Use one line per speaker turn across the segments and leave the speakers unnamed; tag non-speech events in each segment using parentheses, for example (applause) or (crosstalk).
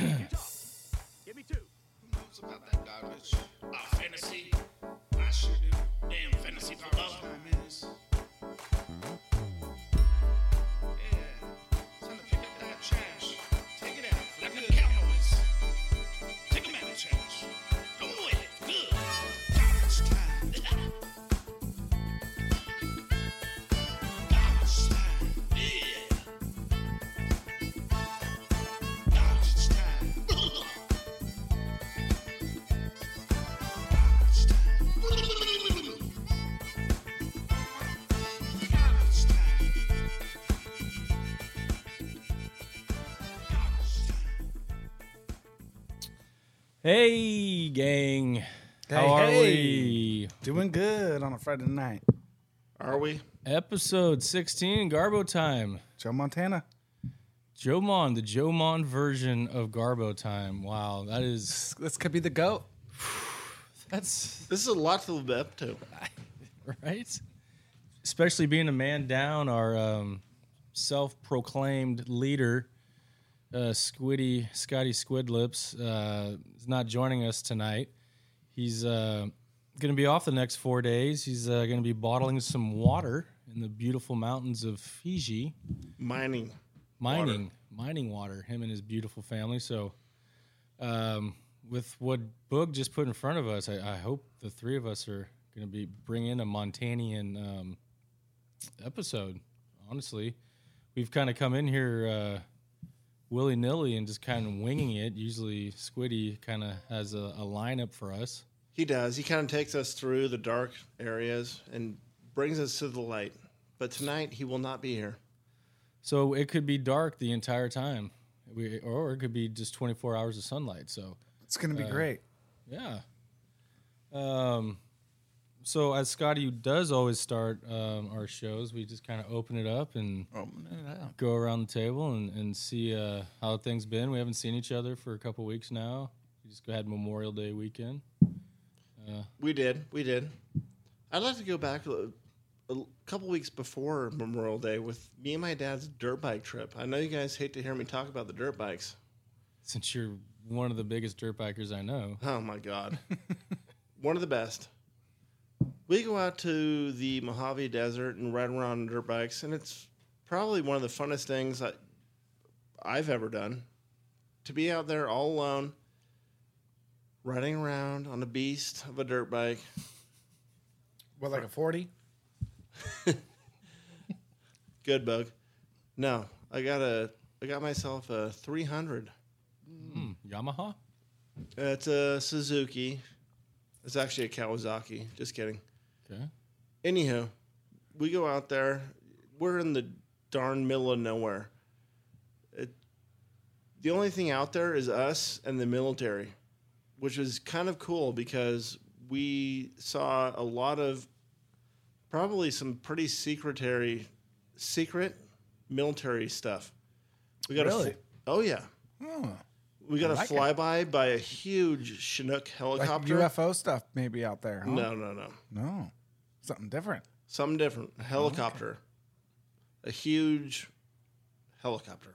Give me two.
Who knows about that garbage?
Our fantasy,
I sure do.
damn fantasy
Garbage
football.
time is. Yeah. Time to pick up that trash. Take it out.
Like
Good.
the Cowboys. Take 'em out of trash. Don't win it. Good.
Garbage
(laughs)
time. Garbage time.
Yeah.
Garbage time.
(laughs)
Garbage time. Garbage time. Garbage time.
Hey, gang. How
Hey,
are
hey.
we?
Doing good on a Friday night.
Are we?
Episode 16, Garbo Time.
Joe Montana.
Joe Mon, the Joe Mon version of Garbo Time. Wow, that is.
(laughs) This could be the goat.
(sighs) That's
This is a lot to live up to.
(laughs) right. Especially being a man down, our um, self proclaimed leader, uh, Squiddy, Scotty Squidlips, uh, is not joining us tonight. He's uh, going to be off the next four days. He's uh, going to be bottling some water in the beautiful mountains of Fiji.
Mining.
mining mining water him and his beautiful family so um, with what boog just put in front of us i, I hope the three of us are going to be bring in a montanian um, episode honestly we've kind of come in here uh, willy-nilly and just kind of winging it usually squiddy kind of has a, a lineup for us
He does. He kind of takes us through the dark areas and brings us to the light. But tonight he will not be here.
so it could be dark the entire time we, or it could be just 24 hours of sunlight so
It's gonna be great.
Yeah. Um, so as Scotty does always start um, our shows, we just kind of open it up and go around the table and, and see uh, how things been. We haven't seen each other for a couple weeks now. We just had Memorial Day weekend.
We did. We did. I'd like to go back a, a couple weeks before Memorial Day with me and my dad's dirt bike trip. I know you guys hate to hear me talk about the dirt bikes.
Since you're one of the biggest dirt bikers I know,
Oh my God. (laughs) One of the best. We go out to the Mojave Desert and ride around on dirt bikes, and it's probably one of the funnest things I, I've ever done. To be out there all alone, riding around on a beast of a dirt bike.
What, like a forty?
Good bug. No, I got a, I got myself a 300.
Yamaha.
It's a Suzuki. It's actually a Kawasaki. Just kidding.
Okay.
Anywho, we go out there. We're in the darn middle of nowhere. It, the only thing out there is us and the military, which was kind of cool because we saw a lot of probably some pretty secretary, secret military stuff. We got a
Really?
fl- oh yeah,
Oh,
we got
I
a
like it.
flyby by a huge Chinook
like
helicopter.
UFO stuff maybe out there. Huh?
No, no, no.
no, something different.
Something different. A helicopter. A huge helicopter.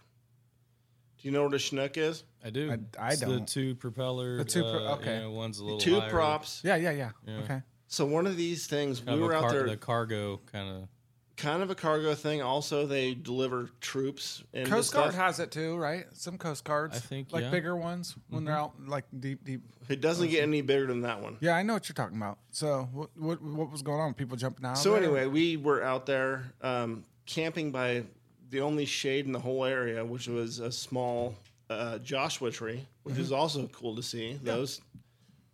Do you know what a Chinook is?
I do.
I- I
It's The
don't.
two propeller.
The two pro-
uh,
okay.
You know, one's a little
Two
higher,
props.
Yeah, yeah, yeah, Okay,
So one of these things,
Kind
we
of
were
a
out
car-
there,
The cargo kind of.
kind of a cargo thing. Also, they deliver troops and
Coast Guard
stuff.
has it too, right? Some Coast Guards,
I think,
like
yeah.
bigger ones when they're out like deep, deep.
It
Oh,
doesn't get any bigger than that one.
Yeah, I know what you're talking about. So what what, what was going on? People jumping out.
So
there?
anyway, we were out there um, camping by the only shade in the whole area, which was a small uh, Joshua tree, which is also cool to see. Those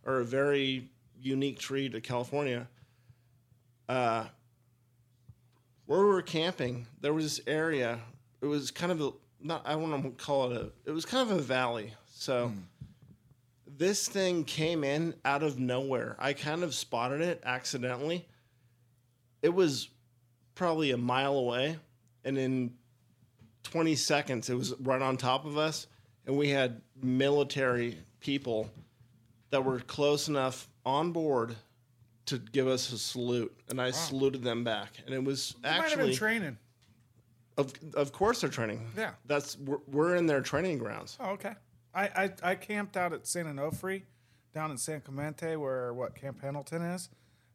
are a very unique tree to California. Uh, where we were camping, there was this area. It was kind of a not. I want to call it a. It was kind of a valley. So this thing came in out of nowhere. I kind of spotted it accidentally. It was probably a mile away, and in 20 seconds, it was right on top of us. And we had military people that were close enough on board to give us a salute, and I saluted them back. And it was
They might have
actually,
been training.
of, of course, they're training.
Yeah.
that's we're, we're in their training grounds.
Oh, okay. I, I I camped out at San Onofre, down in San Clemente, where what Camp Pendleton is,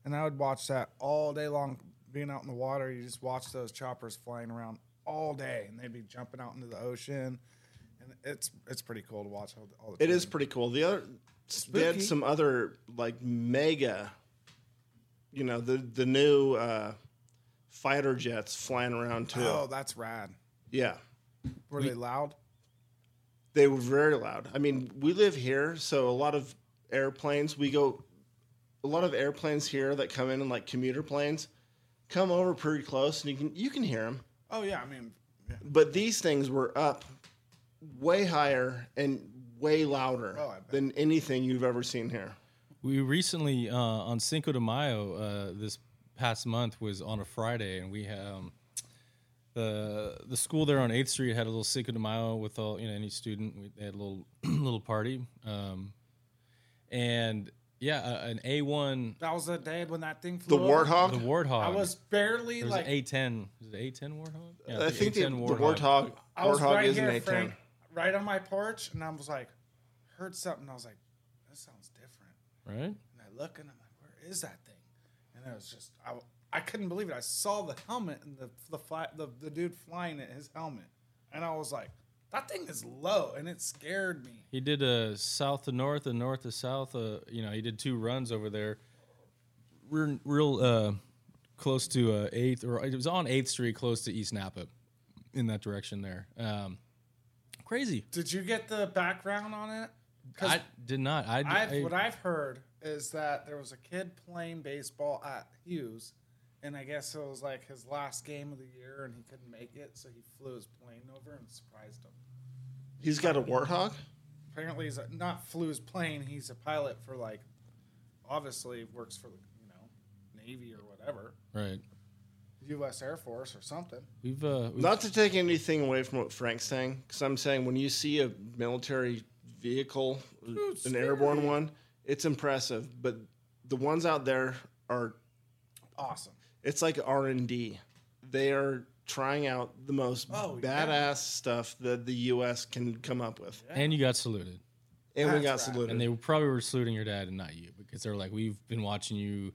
and I would watch that all day long. Being out in the water, you just watch those choppers flying around all day, and they'd be jumping out into the ocean, and it's it's pretty cool to watch all, the- all the.
It
time.
is pretty cool. The other they
Spooky.
had some other like mega, you know the the new uh, fighter jets flying around too.
Oh, that's rad.
Yeah,
Were they loud?
they were very loud. I mean, we live here, so a lot of airplanes. We go, a lot of airplanes here that come in and like commuter planes come over pretty close, and you can you can hear them.
Oh yeah, I mean, yeah.
But these things were up way higher and way louder
Oh, I bet.
than anything you've ever seen here.
We recently uh, on Cinco de Mayo uh, this past month was on a Friday, and we had, um, the the school there on Eighth Street had a little Cinco de Mayo with all you know any student. We, they had a little (clears throat) little party, um, and yeah, uh, an A one
that was the day when that thing
The
flew. over.
warthog.
the warthog.
I was barely
there was
like
an A ten. Is it A ten warthog? Yeah,
I
the
think the, the
A10
warthog,
I was
warthog
right
is
here,
an A10.
Frank, right on my porch, and I was like, heard something. I was like, that sounds different.
right?
And I look and I'm like, where is that thing? And I was just, I, I couldn't believe it. I saw the helmet and the the, fly, the the dude flying at his helmet, and I was like, that thing is low, and it scared me.
He did a south to north and north to south. Uh, you know, he did two runs over there. We're real uh, close to uh, eighth, or it was on Eighth Street, close to East Napa, in that direction there. Um, crazy.
Did you get the background on it? 'Cause
I did not. I,
I've,
I-
what I've heard is that there was a kid playing baseball at Hughes, and I guess it was like his last game of the year, and he couldn't make it, so he flew his plane over and surprised him.
He's got a warthog.
Apparently, he's a, not flew his plane. He's a pilot for like, obviously works for the you know Navy or whatever,
right.
U.S. Air Force or something.
We've, uh, we've
Not to take anything away from what Frank's saying, because I'm saying when you see a military vehicle, an airborne one, it's impressive. But the ones out there are,
Awesome.
it's like R and D. They are trying out the most
Oh,
badass
yeah.
stuff that the U.S. can come up with,
and you got saluted,
and we got
That's right.
saluted.
and they probably were saluting your dad and not you because they're like, we've been watching you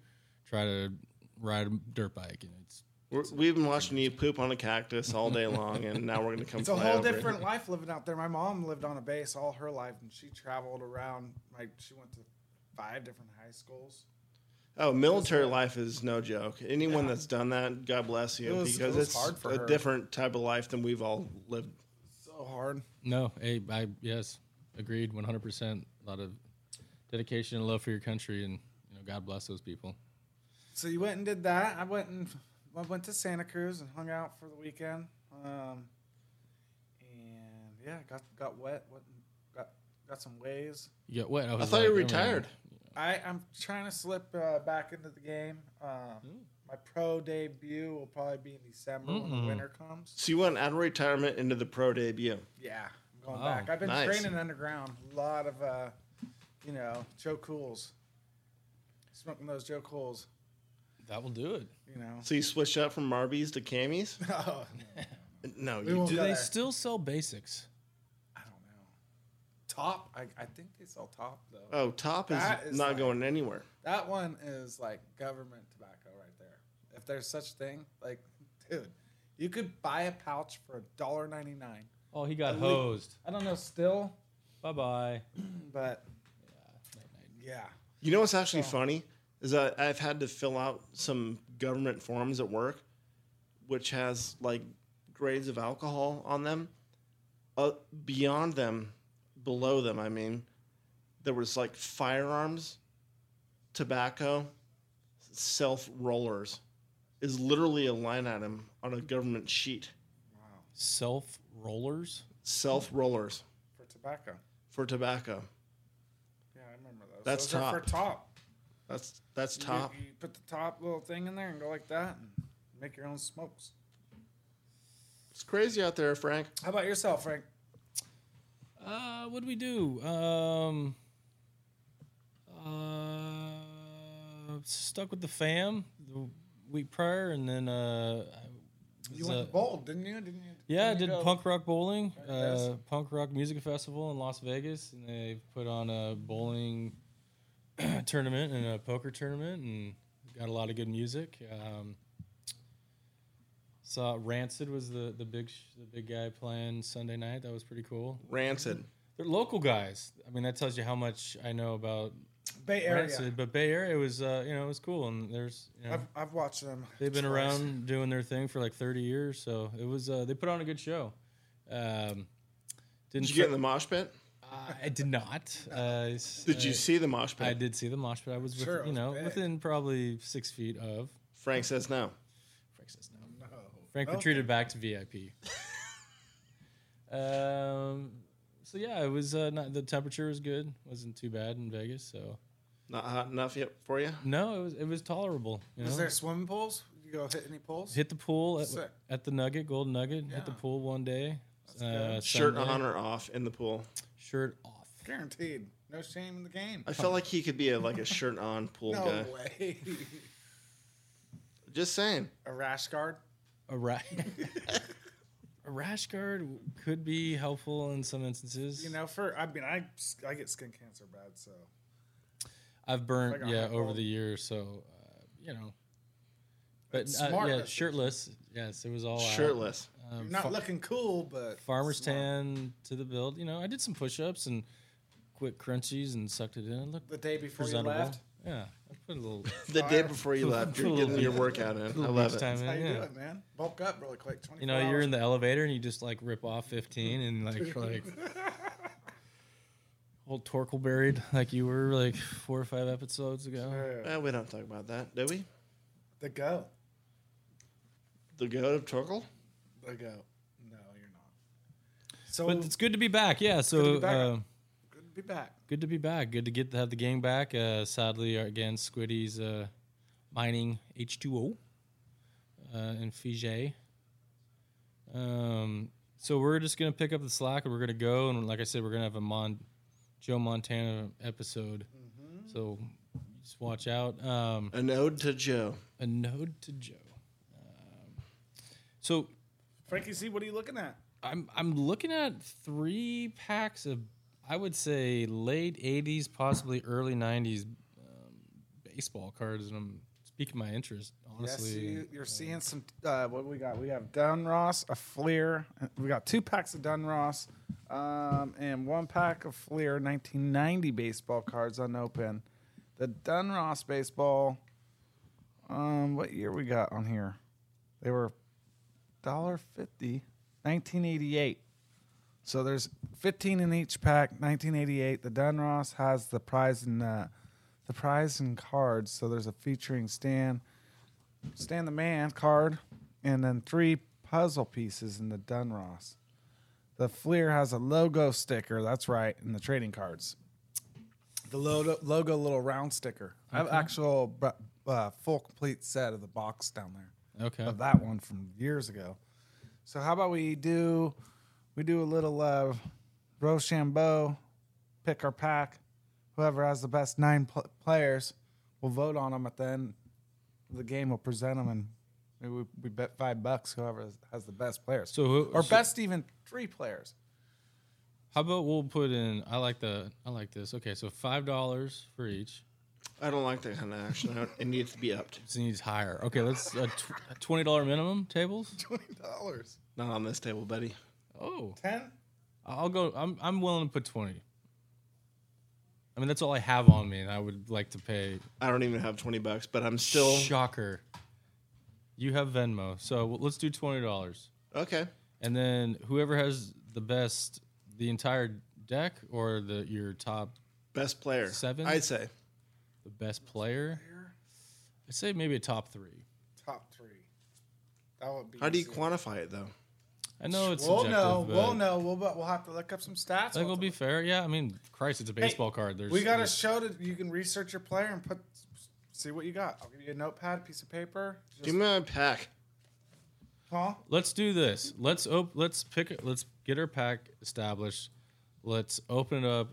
try to ride a dirt bike, and it's
We're, we've been watching you poop on a cactus all (laughs) day long, and now we're gonna come.
It's a
fly
whole
over it.
different life living out there. My mom lived on a base all her life, and she traveled around. Like she went to five different high schools.
Oh, military life is no joke. Anyone that's done that, God bless you,
It was-
because
it was
it's
hard for
a
her.
different type of life than we've all lived.
So hard.
No, hey, I yes, agreed, one hundred percent. A lot of dedication and love for your country, and you know, God bless those people.
So you went and did that. I went and I went to Santa Cruz and hung out for the weekend. Um, and yeah, got got wet. Went and got got some waves.
You got what?
I thought you retired.
I I'm trying to slip uh, back into the game. Um, my pro debut will probably be in December when the winter comes.
So you went out of retirement into the pro debut.
Yeah, I'm going
Wow,
back. I've been
nice.
training underground. A lot of uh, you know Joe Cools, smoking those Joe Cools.
that will do it.
You know. (laughs)
So you switched up from Arby's to Cammy's?
oh,
No,
We
you
won't
Do
did.
go
they
there.
still sell basics?
I don't know. Top, I, I think they sell top though.
Oh, Top is,
That is
not
like-
going anywhere.
that one is like government tobacco right there. If there's such thing, like, (laughs) dude, you could buy a pouch for a dollar ninety nine.
Oh, he got
Really?
hosed.
I don't know still,
Bye bye.
but yeah,
You know what's actually
So-
funny is that I've had to fill out some government forms at work, which has like grades of alcohol on them. Uh, beyond them, below them, I mean, there was like firearms, tobacco, self rollers, is literally a line item on a government sheet.
Self rollers.
Self rollers
for tobacco.
for tobacco.
Yeah, I remember those.
That's
those Are for top.
That's that's
You-
top.
You, put the top little thing in there and go like that and make your own smokes.
It's crazy out there, Frank.
How about yourself, Frank?
Uh, what do we do? Um, uh, stuck with the fam the week prior, and then uh, I
You
was,
went
uh,
bold, didn't you? Didn't you?
Yeah, I
you
did
go-
punk rock bowling,
Yes.
uh, punk rock music festival in Las Vegas, and they put on a bowling (clears throat) tournament and a poker tournament, and got a lot of good music. Um, saw Rancid was the the big sh- the big guy playing Sunday night. That was pretty cool.
Rancid.
They're local guys. I mean, that tells you how much I know about
Bay Area.
Rancid. But Bay Area was uh, you know it was cool, and there's you know
I've, I've watched them.
they've been
twice.
around doing their thing for like 30 years so it was uh, they put on a good show um, didn't
Did you get in
tr-
the mosh pit?
I did not uh, s-
(laughs) Did you
I-
see the mosh pit?
I did see the mosh but I was with,
Sure, it
you
was
know
big.
within probably six feet of
Frank says no.
Frank says no Frank retreated back to VIP um, so yeah it was uh, not, the temperature was good wasn't too bad in Vegas so
Not hot enough yet for you?
no it was it was tolerable you know?
Is there swimming pools? You go hit any pools?
hit the pool at,
Sick.
at the Nugget Golden Nugget hit the
Yeah.
pool one day uh,
good.
Shirt
Sunday.
on or off in the pool?
shirt off.
Guaranteed. No shame in the game.
I felt like he could be a, like a shirt on pool
No
guy.
way. (laughs)
Just saying.
a rash guard?
A, ra- (laughs)
(laughs)
a rash guard w- could be helpful in some instances.
You know, for I mean, I I get skin cancer bad, so
I've burnt
like a
yeah
hot
over
bulb.
the years, so uh, you know. But
It's
uh,
smart
yeah,
message.
shirtless. Yes, it was
Oh,
all out.
Shirtless.
Um,
not
fa-
looking cool, but
farmer's
smart.
tan to the build. You know, I did some push-ups and quick crunchies and sucked it in. It looked
The day before you
presentable.
left,
Yeah, I put a
(laughs)
little,
(laughs) The day before you left, you're
Cool.
getting your workout in. I
little
love
beach
it.
time in.
how you
yeah.
do it, man? Bulk up really quick. Twenty.
you know, you're in the elevator and you just like rip off 15 and
(laughs)
like you're like old Torkel buried like you were like four or five episodes ago.
the
Uh, we don't talk about that, do we?
the go.
The goat of Torkel?
The go. No, you're not. So
But it's good to be back. Yeah, so um,
to
good
be
to be
back.
back. good
good to be back.
to be back. Good to get to have the gang back. Uh, sadly, uh, again, Squiddy's uh, mining H2O uh, in Fiji. Um, so we're just gonna pick up the slack and we're gonna go and like I said, we're gonna have a Mon- Joe Montana episode. So just watch out. Um,
An ode to Joe.
a node to Joe. Um, so
Frankie C, what are you looking at?
I'm I'm looking at three packs of I would say late '80s, possibly early '90s um, baseball cards, and I'm speaking my interest honestly.
Yes, you, you're seeing some. Uh, what we got? We have Dunross, a Fleer. We got two packs of Dunross, um, and one pack of Fleer 1990 baseball cards unopened. The Dunross baseball. Um, what year we got on here? They were dollar fifty, 1988. So there's 15 in each pack. 1988. The Dunross has the prize and uh, the prize and cards. So there's a featuring stand. Stand the Man card, and then three puzzle pieces in the Dunross. The Fleer has a logo sticker. That's right, in the trading cards. The logo, logo little round sticker. I have actual bu- uh, full complete set of the box down there
okay.
of that one from years ago. So how about we do we do a little uh, Rochambeau, pick our pack. Whoever has the best nine pl- players, we'll vote on them at the end. of The game will present them, and maybe we, we bet five bucks. Whoever has- has the best players,
So who-
or
so-
best even three players.
How about we'll put in? I like the I like this. Okay, so five dollars for each.
I don't like that kind of action. I don't- It needs to be upped.
So it needs higher. Okay, let's uh, tw- a twenty dollar minimum tables.
Twenty dollars,
Not on this table, buddy.
Oh,
ten.
I'll go. I'm I'm willing to put twenty. I mean, that's all I have on me, and I would like to pay
I don't even have 20 bucks, but I'm still.
shocker. You have Venmo, so well, let's do twenty dollars,
Okay.
and then whoever has the best, the entire deck or the your top,
Best player.
Seven?
I'd say.
the best player. I'd say maybe a top three.
Top three. That would be.
How do you
easy.
quantify it, though?
I know it's
We'll
subjective,
know.
but
We'll know. We'll but we'll have to look up some stats.
I think it'll be fair. Yeah, I mean, Christ, it's a baseball card. There's
We got a
there's-
show that you can research your player and put see what you got. I'll give you a notepad, a piece of paper. Just,
Give me my pack.
Huh?
Let's do this. Let's op- Let's pick. Let's get our pack established. Let's open it up.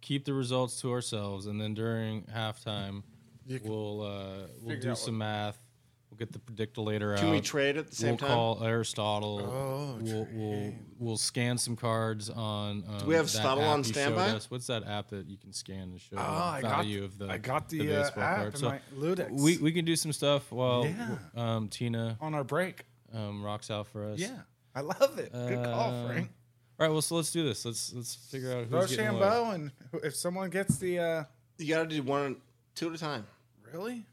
Keep the results to ourselves, and then during halftime, we'll uh, we'll
figure
do
out
some math. We'll get the predictolator out.
Can we trade at the same
we'll
time?
call Aristotle.
Oh,
we'll, we'll we'll scan some cards on. Um,
we have
that
Stubble
app
on
you showed
standby?
us. What's that app that you can scan and show
Oh, I
the
got
Ah, value
th-
of the?
Ah, I got the, uh,
baseball
app
card.
in
So
my Ludex.
we we can do some stuff while
Yeah.
um, Tina
on our break.
um, rocks out for us.
I love it. Good call,
Um,
Frank.
All right, well, so let's do this. Let's let's figure out
Throw
who's getting what.
Shambo, and who- if someone gets the uh,
You got to do one, two at a time.
really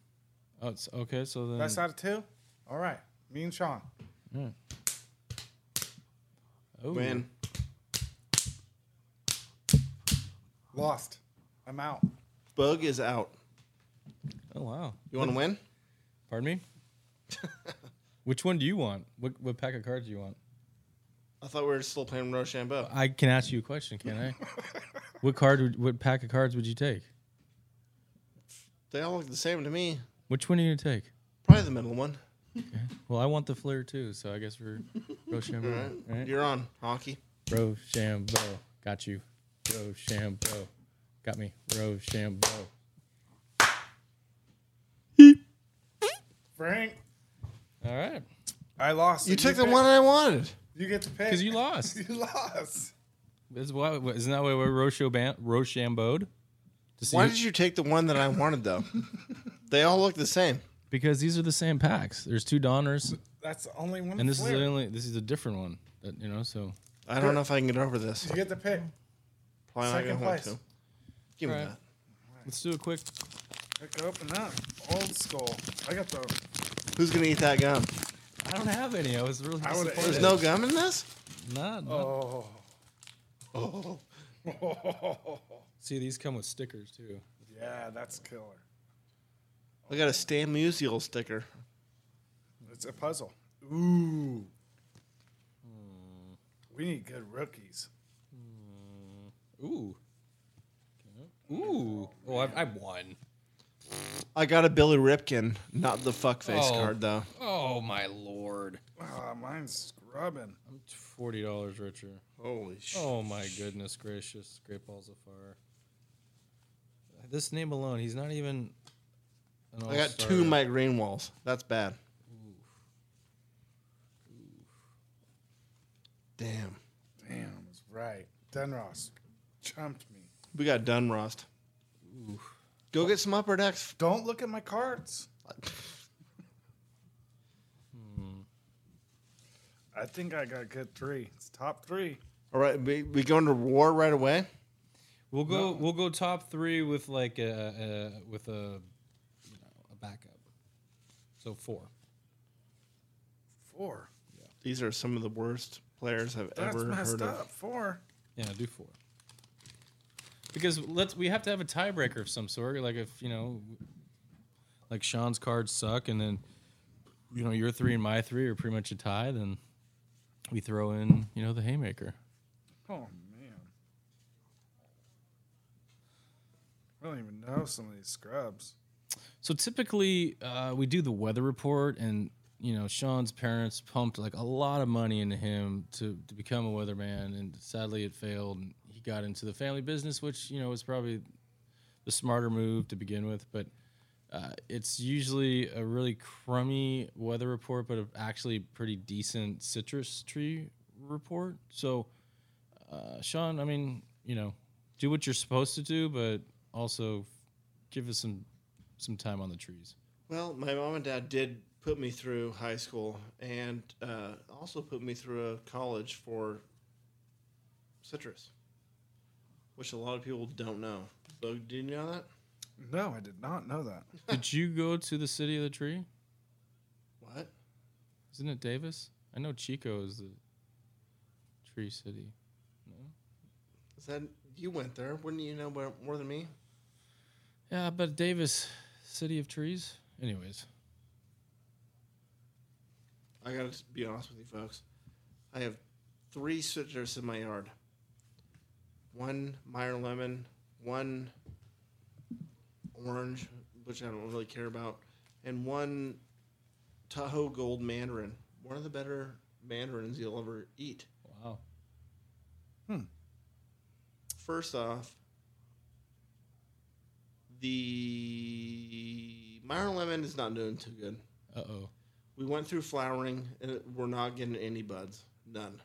Oh, it's, okay, so then
best out of two, all right, me and Sean.
Ooh.
Win.
Lost. I'm out.
Bug is out.
Oh wow.
You want to win?
Pardon
(laughs)
me. Which one do you want? What what pack of cards do you want?
I thought we were still playing Rochambeau.
I can ask you a question, can
(laughs)
I? what card? Would, what pack of cards would you take?
They all look the same to me.
Which one are you gonna take?
Probably the middle one.
Well, I want the flair too, so I guess
(laughs)
we're Rochambeau.
All right.
right?
You're on hockey.
Rochambeau, got you. Rochambeau, got me. Rochambeau.
Frank,
All right,
I lost.
You took the
pick.
one I wanted.
You get to pick.
because you lost.
(laughs) You lost.
Is why, isn't that why we're Rochambeau? Rochambeau'd? To see
Why
who-
did you take the one that I wanted though? (laughs) they all look the same.
because these are the same packs. There's two Donners,
That's the only one.
and this is
clear.
the only. This is a different one. That you know. So
I don't know if I can get over this.
You get to pick.
Probably not
second
gonna want
place.
to. Give me
All right.
that.
let's do a quick.
Pick open up. Old school. I got the.
Who's gonna eat that gum?
I don't have any. I was really
I would've
disappointed.
There's no gum in this.
Not,
Oh.
See, these come with stickers too.
(laughs) Yeah, that's killer.
I got a Stan Musial sticker.
It's a puzzle. Ooh.
Hmm.
We need good rookies.
Ooh. Ooh. Oh, I've, I've won.
I got a Billy Ripkin, not the fuckface
Oh.
card though.
Oh my lord.
Ah, mine's scrubbing.
I'm t- forty dollars richer.
Holy shit.
Oh my goodness gracious. Great balls of fire. This name alone, he's not even. An
I got
all-star.
two Mike Greenwalls. That's bad. Damn.
Damn, that's right. Denros chumped me.
We got Dunrost. Go get some upper decks.
Don't look at my cards. I think I got good three. It's top three.
All right, we, we going to war right away.
We'll go. We'll go top three with like a, a with a you know, a backup. So four.
Four.
These are some of the worst players I've
That's
ever
messed
heard
up.
of.
Four.
Yeah, do four. Because let's we have to have a tiebreaker of some sort. Like if you know, like Sean's cards suck, and then you know your three and my three are pretty much a tie. Then we throw in you know the haymaker.
Oh man. I don't even know some of these scrubs.
So typically, uh, we do the weather report, and you know, Sean's parents pumped like a lot of money into him to, to become a weatherman, and sadly, it failed. And he got into the family business, which you know was probably the smarter move to begin with, but. Uh, it's usually a really crummy weather report, but a actually pretty decent citrus tree report. So, uh, Sean, I mean, you know, do what you're supposed to do, but also give us some some time on the trees.
Well, my mom and dad did put me through high school and uh, also put me through a college for citrus, which a lot of people don't know. So, did you know that?
No, I did not know that.
Did you go to the city of the tree?
What?
Isn't it Davis? I know Chico is the tree city.
Is that you went there? Wouldn't you know more, more than me?
Yeah, but Davis, city of trees. Anyways,
I gotta be honest with you, folks. I have three citrus in my yard. One Meyer lemon, one orange, which I don't really care about, and one Tahoe Gold Mandarin. One of the better mandarins you'll ever eat.
wow.
First off, the Meyer lemon is not doing too good.
Uh oh.
We went through flowering, and it- we're not getting any buds. None.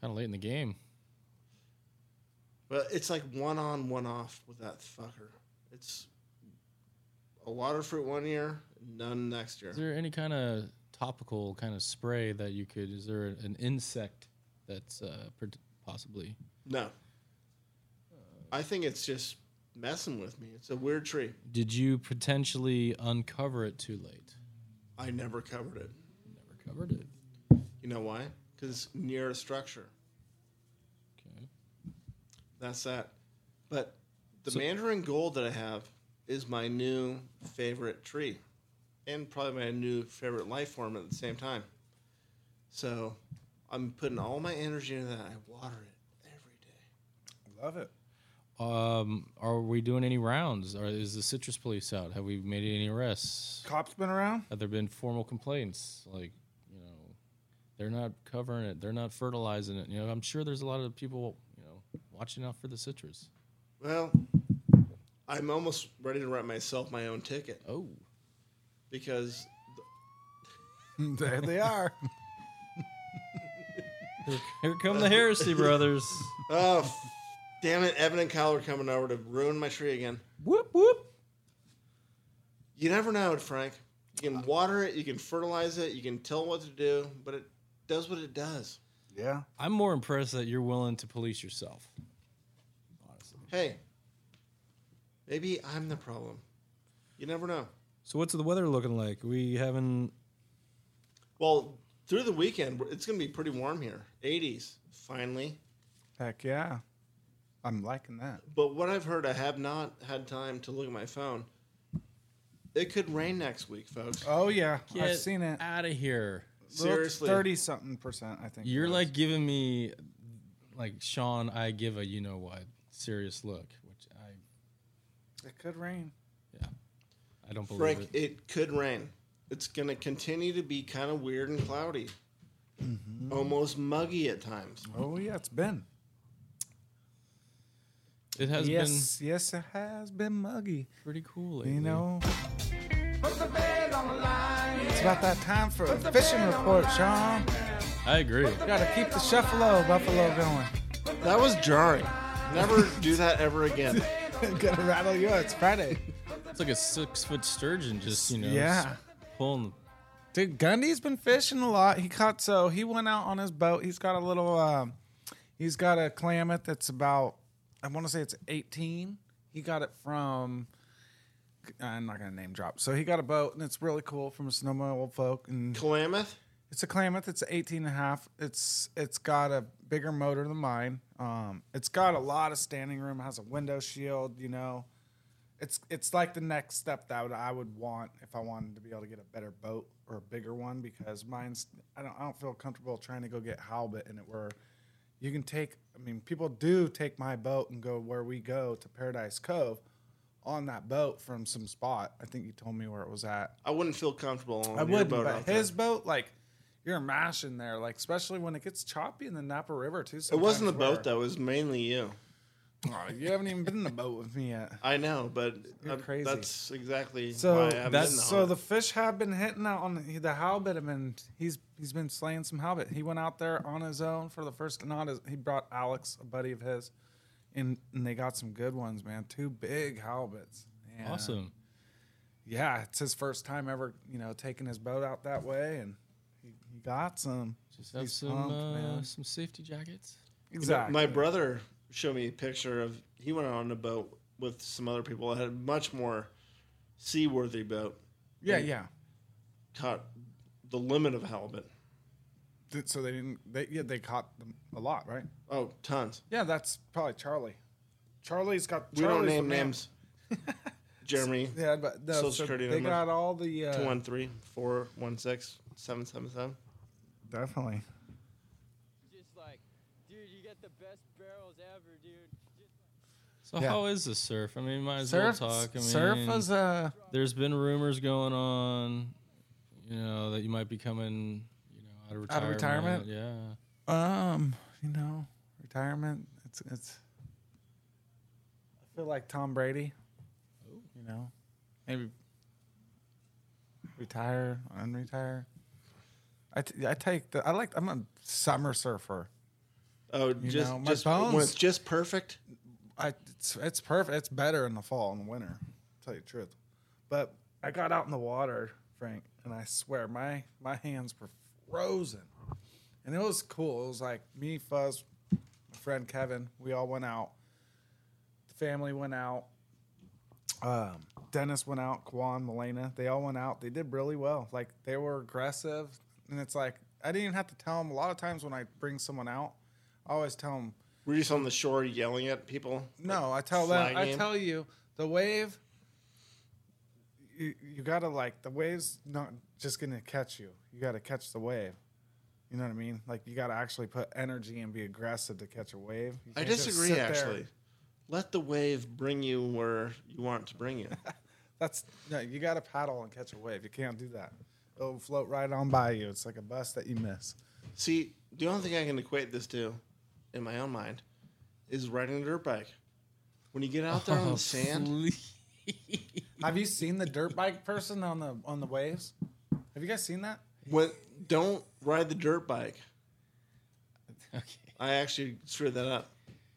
Kind of late in the game.
But it's like one on, one off with that fucker. It's a lot of fruit one year, none next year.
Is there any kind of topical kind of spray that you could? Is there an insect that's uh, per- possibly?
No. I think it's just messing with me. It's a weird tree.
Did you potentially uncover it too late?
I never covered it.
Never covered it.
You know why? Because it's near a structure.
Okay.
That's that. But the
So-
mandarin gold that I have is my new favorite tree and probably my new favorite life form at the same time. So I'm putting all my energy into that. I water it every day.
Love it.
Um, are we doing any rounds? Or is the citrus police out? Have we made any arrests?
Cops been around.
Have there been formal complaints? Like, you know, they're not covering it. They're not fertilizing it. You know, I'm sure there's a lot of people, you know, watching out for the citrus.
Well, I'm almost ready to write myself my own ticket
Oh,
because
there they are.
here come the heresy brothers.
Oh, f- damn it. Evan and Kyle are coming over to ruin my tree again.
whoop whoop.
You never know it, Frank. You can water it, you can fertilize it, you can tell what to do, but it does what it does.
(laughs) yeah.
I'm more impressed that you're willing to police yourself. Honestly.
Hey, maybe I'm the problem. You never know.
So what's the weather looking like? We having
Well, through the weekend, we're- it's going to be pretty warm here 80s, finally.
Heck yeah. I'm liking that.
But what I've heard, I have not had time to look at my phone. It could rain next week, folks.
Oh yeah, I've
Get
seen it.
out of here.
Seriously.
thirty something percent. I think it
You're
was.
like giving me like Sean. I give a you know what serious look, which I
it could rain.
I don't believe
Frank,
it.
it. could rain. It's going to continue to be kind of weird and cloudy,
Mm-hmm.
almost muggy at times.
Oh yeah, it's been.
It has
yes, yes, it has been muggy.
been pretty cool.
You
lately.
know. It's about that time for a fishing report, Sean.
I agree.
Gotta keep the Shuffalo Buffalo going.
That was jarring. Never do that
(laughs)
ever again.
Gonna rattle you. It's Friday.
It's like a six foot sturgeon, just you know,
Yeah.
s- pulling.
Dude, Gundy's been fishing a lot. He caught so he went out on his boat. He's got a little um he's got a clammet that's about I want to say it's 18. He got it from I'm not gonna name drop. So he got a boat and it's really cool from a snowmobile old folk and
Klamath?
it's a Klamath. It's 18 and a half. It's it's got a bigger motor than mine. Um, it's got a lot of standing room. Has a window shield. You know, it's it's like the next step that I would, I would want if I wanted to be able to get a better boat or a bigger one because mine's I don't I don't feel comfortable trying to go get halibut in it where you can take. I mean, people do take my boat and go where we go to Paradise Cove on that boat from some spot. I think you told me where it was at.
I wouldn't feel comfortable on
I
your
wouldn't,
boat
but
out
his
there.
boat, like you're mashing there, like especially when it gets choppy in the Napa River too.
It wasn't the
sometimes
boat though. It was mainly you.
where- Aw, you haven't even been in the boat with me
(laughs)
yet.
I know, but
You're
I'm-
crazy.
that's exactly
So
why I'm
that's
in the
so the fish have been hitting out on the, the halibut, and he's he's been slaying some halibut. He went out there on his own for the first not as he brought Alex, a buddy of his, and, and they got some good ones, man. Two big halibuts. And,
Awesome.
Yeah, it's his first time ever, you know, taking his boat out that way, and he, he got some.
Just have
He's
some
pumped,
uh,
man.
some safety jackets.
Exactly.
My brother showed me a picture of he went on a boat with some other people that had a much more seaworthy boat.
yeah, yeah.
Caught the limit of halibut.
Th- So they didn't. They yeah, they caught them a lot, right?
Oh, tons.
Yeah, that's probably Charlie. Charlie's got.
We
Charlie's the
don't name
man. (laughs)
names. Jeremy,
Yeah, but no,
Social
so
Security
they
number.
got all the. Uh,
213 416 777.
Definitely.
just like, dude, you got the best barrels ever, dude. Just
So
Yeah.
how is the surf? I mean, might as
Surf,
well talk. I mean,
surf was a.
there's been rumors going on, you know, that you might be coming, you know, out of
Out of
retirement.
retirement?
Yeah.
Um, you know, retirement. It's it's. I feel like Tom Brady. You know, maybe. retire, unretire. I, t- I take the I like I'm a summer surfer.
Oh,
You
just
know, my
just when
bones-
it's just perfect.
I it's, it's perfect. It's better in the fall and winter. To tell you the truth, but I got out in the water, Frank, and I swear my my hands were frozen, and it was cool. It was like me, Fuzz, my friend Kevin. We all went out. The family went out. Um, Dennis went out. Kwan, Melena, they all went out. They did really well. Like they were aggressive, and it's like I didn't even have to tell them. A lot of times when I bring someone out, I always tell them.
We're just on the shore yelling at people.
No, I tell them. I
flagging.
tell you, the wave. You, you gotta like the waves not just gonna catch you. You gotta catch the wave. You know what I mean? Like you gotta actually put energy and be aggressive to catch a wave. You
I
can't just
disagree.
sit there.
Actually, let the wave bring you where you want it to bring
(laughs)
you.
that's no. You gotta paddle and catch a wave. You can't do that. It'll float right on by you. It's like a bus that you miss.
See, the only thing I can equate this to, in my own mind, is riding a dirt bike. When you get out there
Oh,
on the sand,
Have you seen the dirt bike person on the on the waves? Have you guys seen that?
when, don't ride the
(laughs)
dirt bike.
Okay.
I actually screwed that up.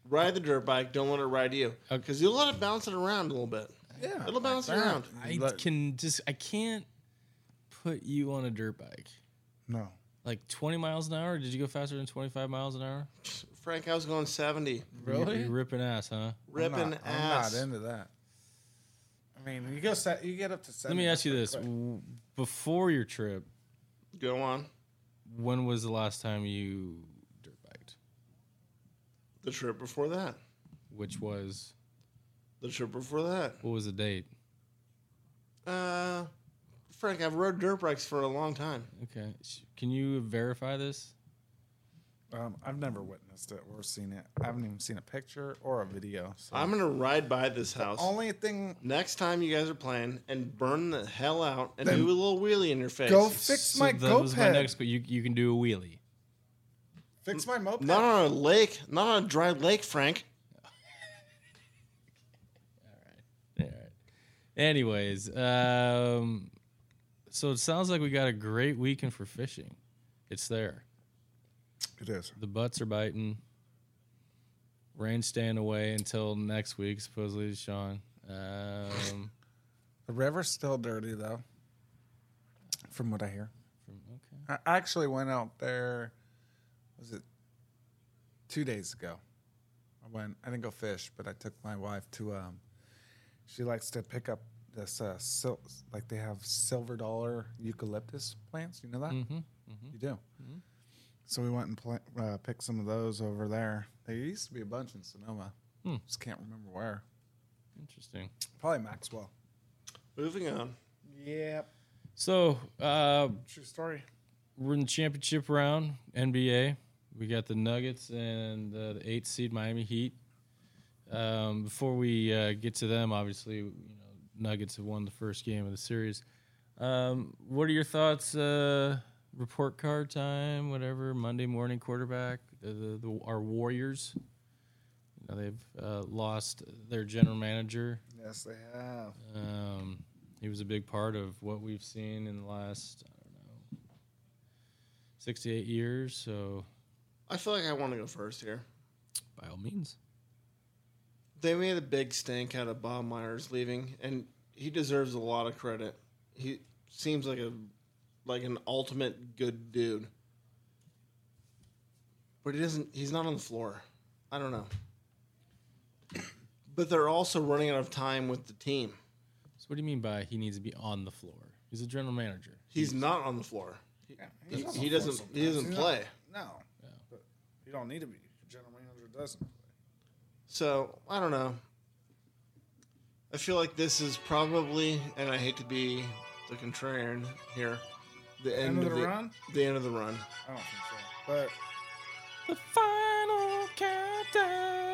Ride the dirt bike. Don't let it ride you,
Okay.
because you'll let it bounce it around a little bit.
Yeah,
It'll bounce it
that.
around.
I
Let-
can just I can't put you on a dirt bike.
No.
Like 20 miles an hour? Did you go faster than 25 miles an hour?
Frank, I was going seventy,
You're- You're ripping ass, huh?
I'm
ripping
not-
ass.
I'm not into that. I mean, you go set, you get up to.
Let me ask you this: W- Before your trip,
Go on
when was the last time you dirt biked?
the trip before that.
Which was
The trip before that.
what was the date?
Uh, Frank, I've rode dirt bikes for a long time.
Okay, Sh- can you verify this?
Um, I've never witnessed it or seen it. I haven't even seen a picture or a video. So.
I'm gonna ride by this house.
only thing.
Next time you guys are playing, and burn the hell out, and do a little wheelie in your face.
Go fix my
that was
moped.
my next. que- You you can do a wheelie.
fix my moped.
not on a lake, not on a dry lake, Frank.
All right. Anyways, um, so it sounds like we got a great weekend for fishing. It's there.
It is.
The butts are biting. Rain's staying away until next week, supposedly, Sean. Um,
The river's still dirty though, from what I hear.
from- okay.
I actually went out there. Was it two days ago? I went. I didn't go fish, but I took my wife to. Um, she likes to pick up this uh, sil- like they have silver dollar eucalyptus plants. You know that?
Mm-hmm,
Mhm.
You do. So we went and pla uh, picked some of those over there. There used to be a bunch in Sonoma.
Hmm.
Just can't remember where.
Interesting.
Probably Maxwell.
Moving on.
Yep.
So uh,
True story.
we're in the championship round, NBA. We got the Nuggets and uh, the eighth seed Miami Heat. Um, before we uh, get to them, obviously, you know, Nuggets have won the first game of the series. Um, what are your thoughts? Uh, report card time, whatever. Monday morning quarterback. The, the, the our Warriors. You know, they've uh, lost their general manager.
Yes, they have.
Um, he was a big part of what we've seen in the last, I don't know, 68 years. So,
I feel like I want to go first here.
by all means.
They made a big stink out of Bob Myers leaving, and he deserves a lot of credit. He seems like a like an ultimate good dude, but he doesn't. He's not on the floor. I don't know. But they're also running out of time with the team.
So, what do you mean by he needs to be on the floor? He's a general manager.
He's not on the floor. He, he doesn't. He doesn't play.
No. But you don't need to be. Your general manager doesn't.
So I don't know. I feel like this is probably, and I hate to be the contrarian here, the end,
of the run?
The end of the run.
I don't think so. But
The final countdown.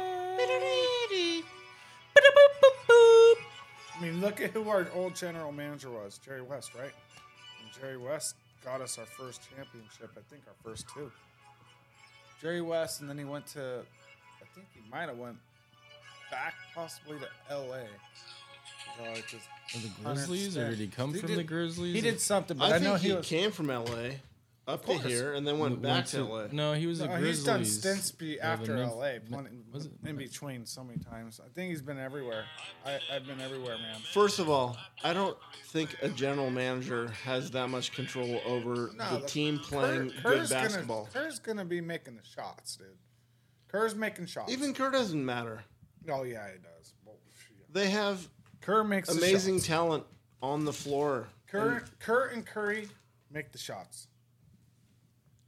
I mean, look at who our old general manager was, Jerry West, right? And Jerry West got us our first championship. I think our first two. Jerry West, and then he went to. I think he might have went back possibly to L.A. uh, like this-
Are the
Hunter
Grizzlies, or
Stack.
did he come
He
from
did-
the Grizzlies?
He did something, but
I,
I,
think
know
he,
he was.
came from L.A. up to
course.
here and then went,
Went
back to
to-
L.A.
No, he was a
No,
Grizzlies.
Oh, he's done stints be
Yeah, the
after
Memph-
LA,
Me-
plenty,
was it
in
Memph-
between so many times. I think he's been everywhere. I, I've been everywhere, man.
First of all, I don't think a general manager has that much control over the
that's-
team playing
Kerr-
good
Kerr's gonna-
basketball.
Kerr's gonna be making the shots, dude. Kerr's making shots.
Even Kerr doesn't matter.
oh yeah, he does. Well, shit.
They have
Kerr makes
amazing
The shots.
talent on the floor.
Kerr, Kerr and Curry make the shots.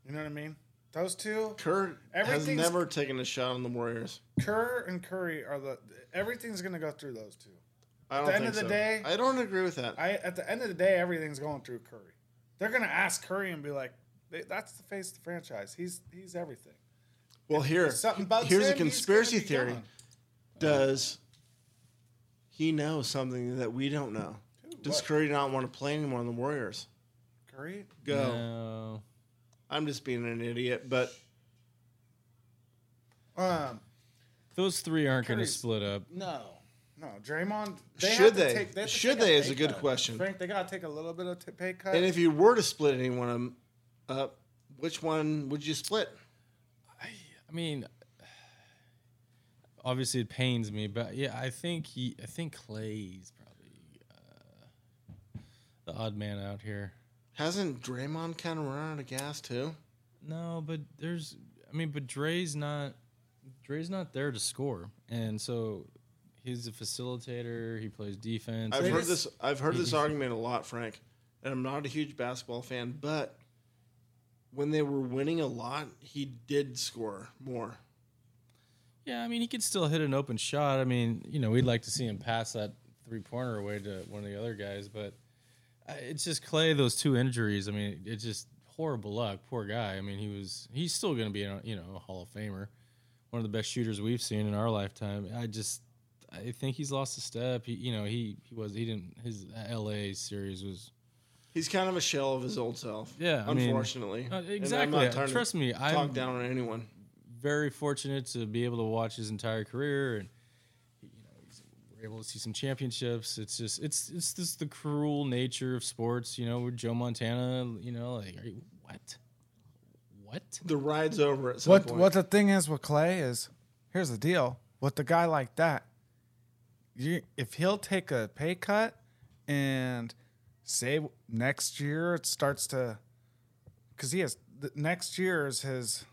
You know what I mean? Those two,
Kerr has
Everything's-
never taken a shot on the Warriors.
Kerr and Curry, are the everything's gonna go through those two.
I don't
the end of
think
the
so.
day-
I don't agree with that.
I at the end of the day, everything's going through Curry. They're gonna ask Curry and be like, they- "That's the face of the franchise. He's he's everything."
well, here,
Something bugs
here's
him,
a
he's gonna
conspiracy
be
theory.
gone.
Does he know something that we don't know? Does
what?
Curry not want to play anymore on the Warriors?
Curry,
Go.
No.
I'm just being an idiot, but
um,
Those three aren't going to
Curry's-
split up.
no, no, Draymond. have
Should
to
they?
take- have to
Should
take
they
a
is
pay
a good
cut.
question.
Frank, they gotta take a little bit of t- pay cut.
and if you were to split any one of them up, which one would you split?
I mean, obviously it pains me, but yeah, I think he, I think Clay's probably uh, the odd man out here.
Hasn't Draymond kind of run out of gas too?
No, but there's, I mean, but Dre's not, Dre's not there to score, and so he's a facilitator. He plays defense.
I've heard
just-
this. I've heard
(laughs)
this argument a lot, Frank. And I'm not a huge basketball fan, but when they were winning a lot, he did score more.
Yeah, I mean, he could still hit an open shot. I mean, you know, we'd like to see him pass that three pointer away to one of the other guys, but uh, it's just Clay. Those two injuries. I mean, it's just horrible luck. Poor guy. I mean, he was. He's still going to be, a, you know, a Hall of Famer, one of the best shooters we've seen in our lifetime. I just, I think he's lost a step. He, you know, he he was he didn't his L.A. series was.
He's kind of a shell of his old self.
Yeah, I mean-
unfortunately.
Uh,
And I'm
exactly.
not trying to
Trust me,
talk
I'm-
down on anyone.
very fortunate to be able to watch his entire career and you know he's, we're able to see some championships it's just it's it's just the cruel nature of sports you know with joe montana you know like are you, what what
The ride's over at some
what
point.
what the thing is with Clay is here's the deal with a guy like that. You if he'll take a pay cut and say next year it starts to because he has the, next year is his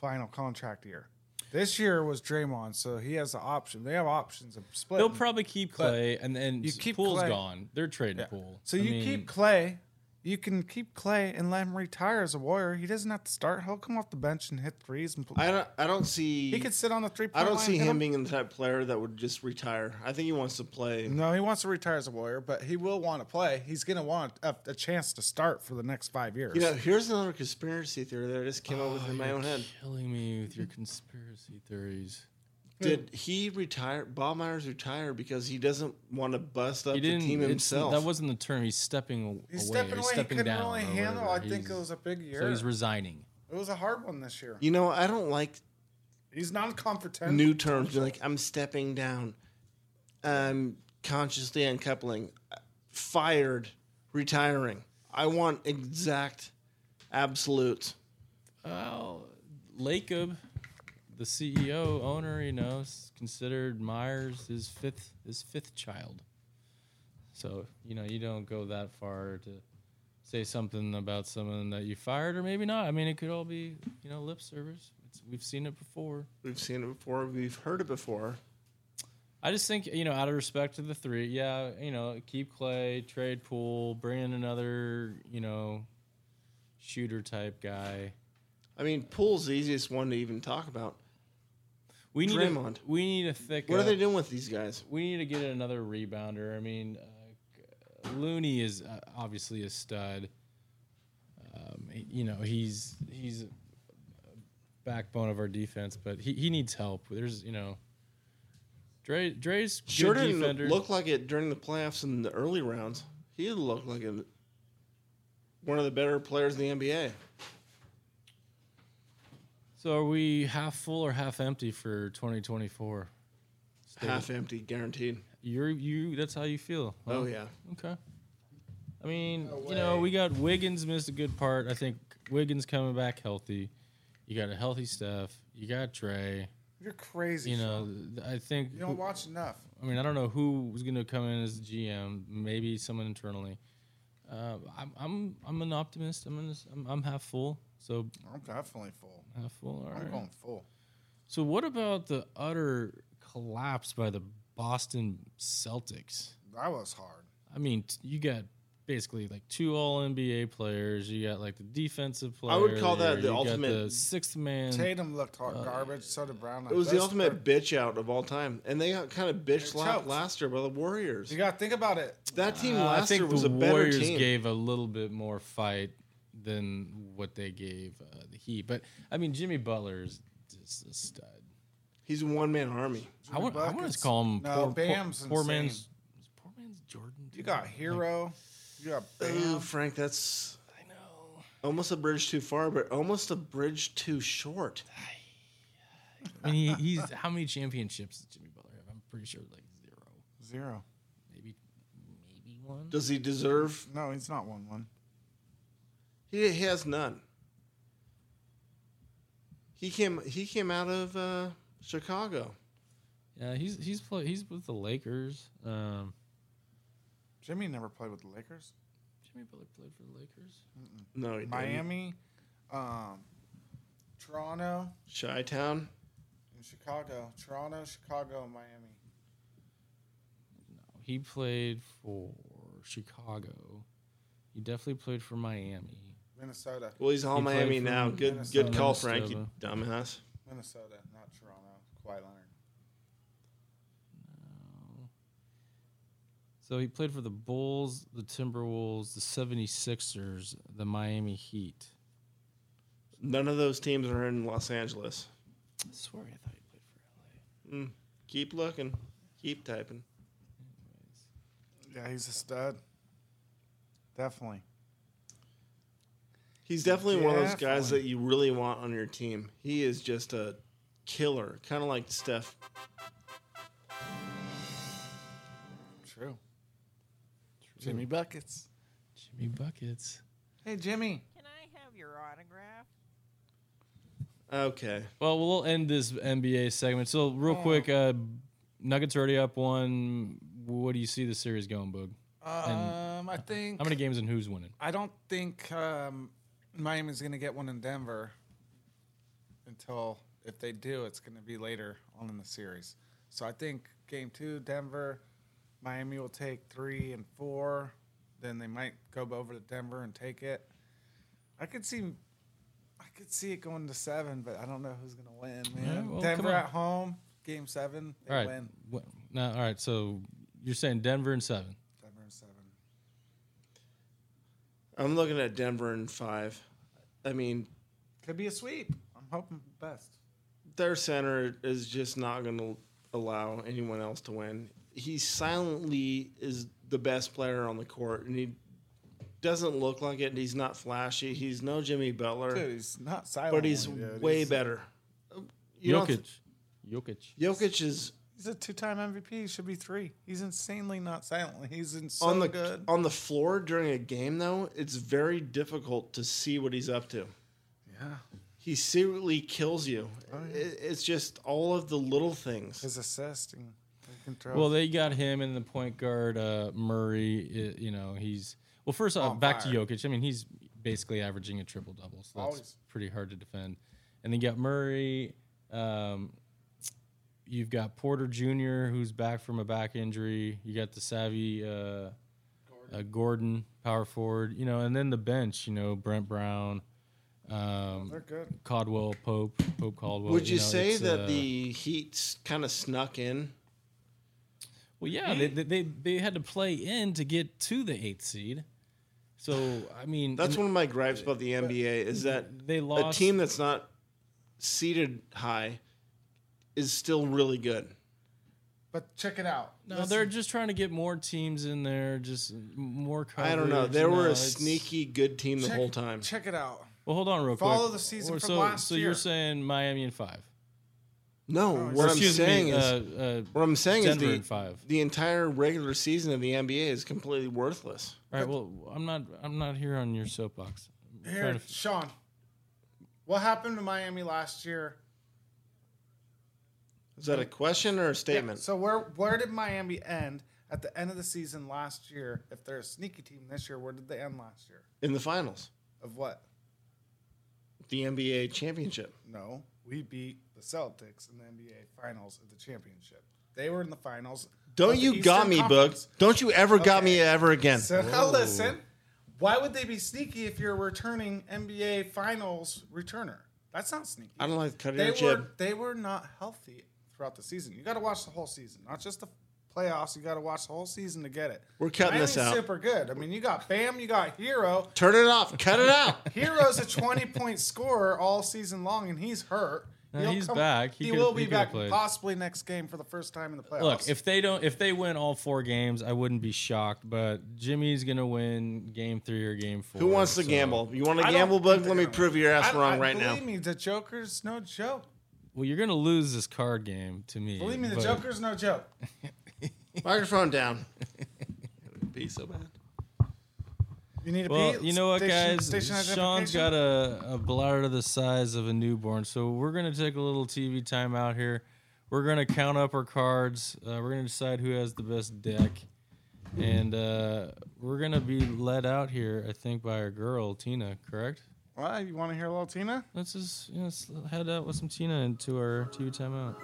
final contract year. This year was Draymond, so he has the option. They have options of split.
they'll probably keep clay and then
You keep
pool's
Clay.
gone they're trading pool
So
I
you
mean,
keep Clay. You can keep Clay and let him retire as a warrior. He doesn't have to start. He'll come off the bench and hit threes and. Pl-
I don't. I don't see.
he could sit on the three.
I don't see him being the type of player that would just retire. I think he wants to play.
No, he wants to retire as a warrior, but he will want to play. He's going to want a, a chance to start for the next five years.
You know, here's another conspiracy theory that I just came up with in my
you're
own head.
killing me with your conspiracy theories
Did he retire? Bob Myers retired because he doesn't want to bust up
he
the
didn't
team
it's-
himself.
that wasn't the term he's stepping away
he's stepping away.
he's stepping
he couldn't
down
really
or
handle.
whatever.
I think it
He's-
was a big year.
so he's resigning
it was a hard one this year.
you know, I don't like
He's non-comfortent.
new terms. You're like, I'm stepping down. I'm consciously uncoupling. Fired. Retiring. I want exact absolutes.
Well, Lacob, the CEO owner, you know, s- considered Myers his fifth his fifth child. So you know you don't go that far to say something about someone that you fired or maybe not. I mean, it could all be you know lip service. It's, we've seen it before.
We've seen it before. We've heard it before.
I just think you know, out of respect to the three, yeah, you know, keep Clay, trade pool, bring in another you know shooter type guy.
I mean, Pool's the easiest one to even talk about.
We need
Draymond.
A, we need a thick.
What are they doing with these guys?
we need to get another rebounder. I mean, uh, Looney is uh, obviously a stud. Um, he- you know, he's he's a backbone of our defense, but he, he needs help. There's you know, Dre Dre's good
Sure didn't
defender.
look like it during the playoffs in the early rounds. He looked like a, one of the better players in the NBA.
so are we half full or half empty for 2024? state.
half empty, guaranteed.
You're you. That's how you feel. huh?
Oh yeah,
Okay. I mean, you know, we got Wiggins missed a good part. I think Wiggins coming back healthy. You got a healthy Steph. You got Trey.
You're crazy.
You know, th- I think.
you don't watch enough.
I mean, I don't know who was going to come in as GM. Maybe someone internally. Uh, I'm I'm I'm an optimist. I'm, an, I'm I'm half full. So
I'm definitely full.
half full. All
I'm
right.
going full.
So what about the utter collapse by the Boston Celtics?
That was hard.
I mean, t- you got basically like two All NBA players. You got like the defensive player.
I would call that
there,
the
you got
ultimate-
the sixth man.
Tatum looked hot
uh,
garbage. So did Brown.
it was the ultimate bitch out of all time, and they got kind of bitch slapped
choked.
last year by the Warriors.
You got to think about it.
That team
Uh, I
last year
think
was
the
a better
Warriors
team.
gave a little bit more fight than what they gave uh, the Heat. But I mean, Jimmy Butler's just a stud.
He's a one man army.
I want, I want to
Buckets.
call him
No,
poor,
Bam's
poor, poor
insane.
man's poor man's Jordan.
You got Hero. You got
Ooh,
Bam.
Frank, that's
I know.
almost a bridge too far, but almost a bridge too short.
I mean, he, he's how many championships does Jimmy Butler have? I'm pretty sure like zero,
Zero.
maybe maybe one.
Does he deserve?
No, he's not one one.
He, he has none. He came. He came out of uh, Chicago.
Yeah, he's he's play, he's with the Lakers. Um,
Jimmy never played with the Lakers.
Jimmy Butler played for the Lakers.
No, he didn't.
Miami, um, Toronto,
Chi Town.
and Chicago. Toronto, Chicago, and Miami.
No, he played for Chicago. He definitely played for Miami.
Minnesota.
Well, he's all
He played
Miami
for
now. Good,
Minnesota.
good call, Frank. You
Minnesota.
dumbass.
Minnesota, not Toronto. Kawhi Leonard.
No. So he played for the Bulls, the Timberwolves, the 76ers, the Miami Heat.
None of those teams are in Los Angeles.
I swear I thought he played for
Mm. Keep looking. Keep typing.
Yeah, he's a stud. Definitely.
He's definitely one of those guys
Definitely.
that you really want on your team. He is just a killer, kind of like Steph.
True.
LA. Jimmy,
Buckets.
Jimmy Buckets.
Hey, Jimmy.
Can I have your autograph?
Okay.
Well, we'll end this NBA segment. So, real quick, uh, Nuggets already up one. What do you see the series going, Boog?
Um, I think.
How many games and who's winning?
I don't think um, Miami's going to get one in Denver until if they do, it's going to be later on in the series. So I think game two, Denver, Miami will take three and four. Then they might go over to Denver and take it. I could see, I could see it going to seven, but I don't know who's going to win, man.
Yeah, well,
Denver
come on.
at home, game seven, they
All right.
win.
Wha- No, all right. So you're saying Denver and seven.
Denver in seven.
I'm looking at Denver in five. I mean,
Could be a sweep. I'm hoping best.
their center is just not going to allow anyone else to win. He silently is the best player on the court, and he doesn't look like it. He's not flashy. He's no Jimmy Butler,
Dude, he's not silent.
but he's
dude.
way
He's-
better. You don't
Jokic. Jokic.
th- Jokic is
He's a two-time MVP. He should be three. He's insanely not silent. He's in so
on the
good.
on the floor during a game though. It's very difficult to see what he's up to.
Yeah, Oh,
He secretly kills you. It- it's just all of the little things.
his assisting control.
Well, they got him in the point guard uh, Murray. i you know, he's well. First off,
On
back
fire.
to Jokic. I mean, he's basically averaging a triple double, so that's
Always.
pretty hard to defend. And then you got Murray. Um, you've got Porter Jr., who's back from a back injury. You got the savvy uh, Gordon. Uh, Gordon, power forward. You know, and then the bench. You know, Brent Brown, um,
Oh, they're good.
Caldwell Pope, Pope Caldwell.
Would you,
know,
say
it's,
that
uh,
the Heat kind of snuck in?
Well, yeah, they, they they they had to play in to get to the eighth seed. So I mean,
That's
and
one of my gripes about the NBA is that
they
a
lost.
team that's not seated high is still really good.
But check it out.
no,
Listen,
they're just trying to get more teams in there, just m- more. Coverage,
I don't know.
you
They were a
it's-
sneaky good team the
check-
whole time.
Check it out.
Well, hold on, real quick.
Follow the season
Or
from
so,
last
so
year.
you're saying Miami in five?
No,
Or
what I'm
excuse
saying
me,
is
uh, uh,
what I'm saying
Denver
is the
in five.
the entire regular season of the NBA is completely worthless.
all right. Well, I'm not. I'm not here on your soapbox. I'm trying
Here,
to-
Sean, what happened to Miami last year?
Is that a question or a
Yeah,
statement?
so where where did Miami end at the end of the season last year? If they're a sneaky team this year, where did they end last year?
In the finals,
Of what?
the NBA championship.
No, we beat the Celtics in the NBA Finals at the championship. They were in the finals.
Don't
of the
you
Eastern
got me, Boog.
Conference.
Don't you ever got me
Okay.
ever again.
So now listen, why would they be sneaky if you're a returning NBA Finals returner? That's not sneaky.
I don't like the cut of
they
your
were
jib.
they were not healthy throughout the season. You got to watch the whole season, not just the playoffs. You got to watch the whole season to get it.
We're cutting
Miami's
this out.
Super good. I mean, you got Bam, you got Hero.
Turn it off. Cut it out.
Hero's a twenty point scorer all season long, and he's hurt.
No,
He'll
he's back. He
He,
could've-
will
he
be
could've
back
played.
possibly next game for the first time in the playoffs.
Look, if they don't, if they win all four games, I wouldn't be shocked. But Jimmy's gonna win game three or game four.
(laughs) Who wants to
so-
gamble? You want to
I don't
gamble,
think
Boog?
they're
Let me
gonna
prove your ass
I-
wrong
I-
right now.
Believe me, the Joker's no joke.
Well, you're gonna lose this card game to me.
Believe me, the
but-
Joker's no joke.
Microphone down. Be so bad.
You need to
Well,
be.
you know what,
station-
guys?
station
Sean's
identification?
got a, a bladder the size of a newborn, so we're gonna take a little TV time out here. We're gonna count up our cards. Uh, we're gonna decide who has the best deck, and uh, we're gonna be led out here, I think, by our girl Tina. Correct?
Why? You want to hear a little Tina?
Let's just you know, let's head out with some Tina into our TV timeout.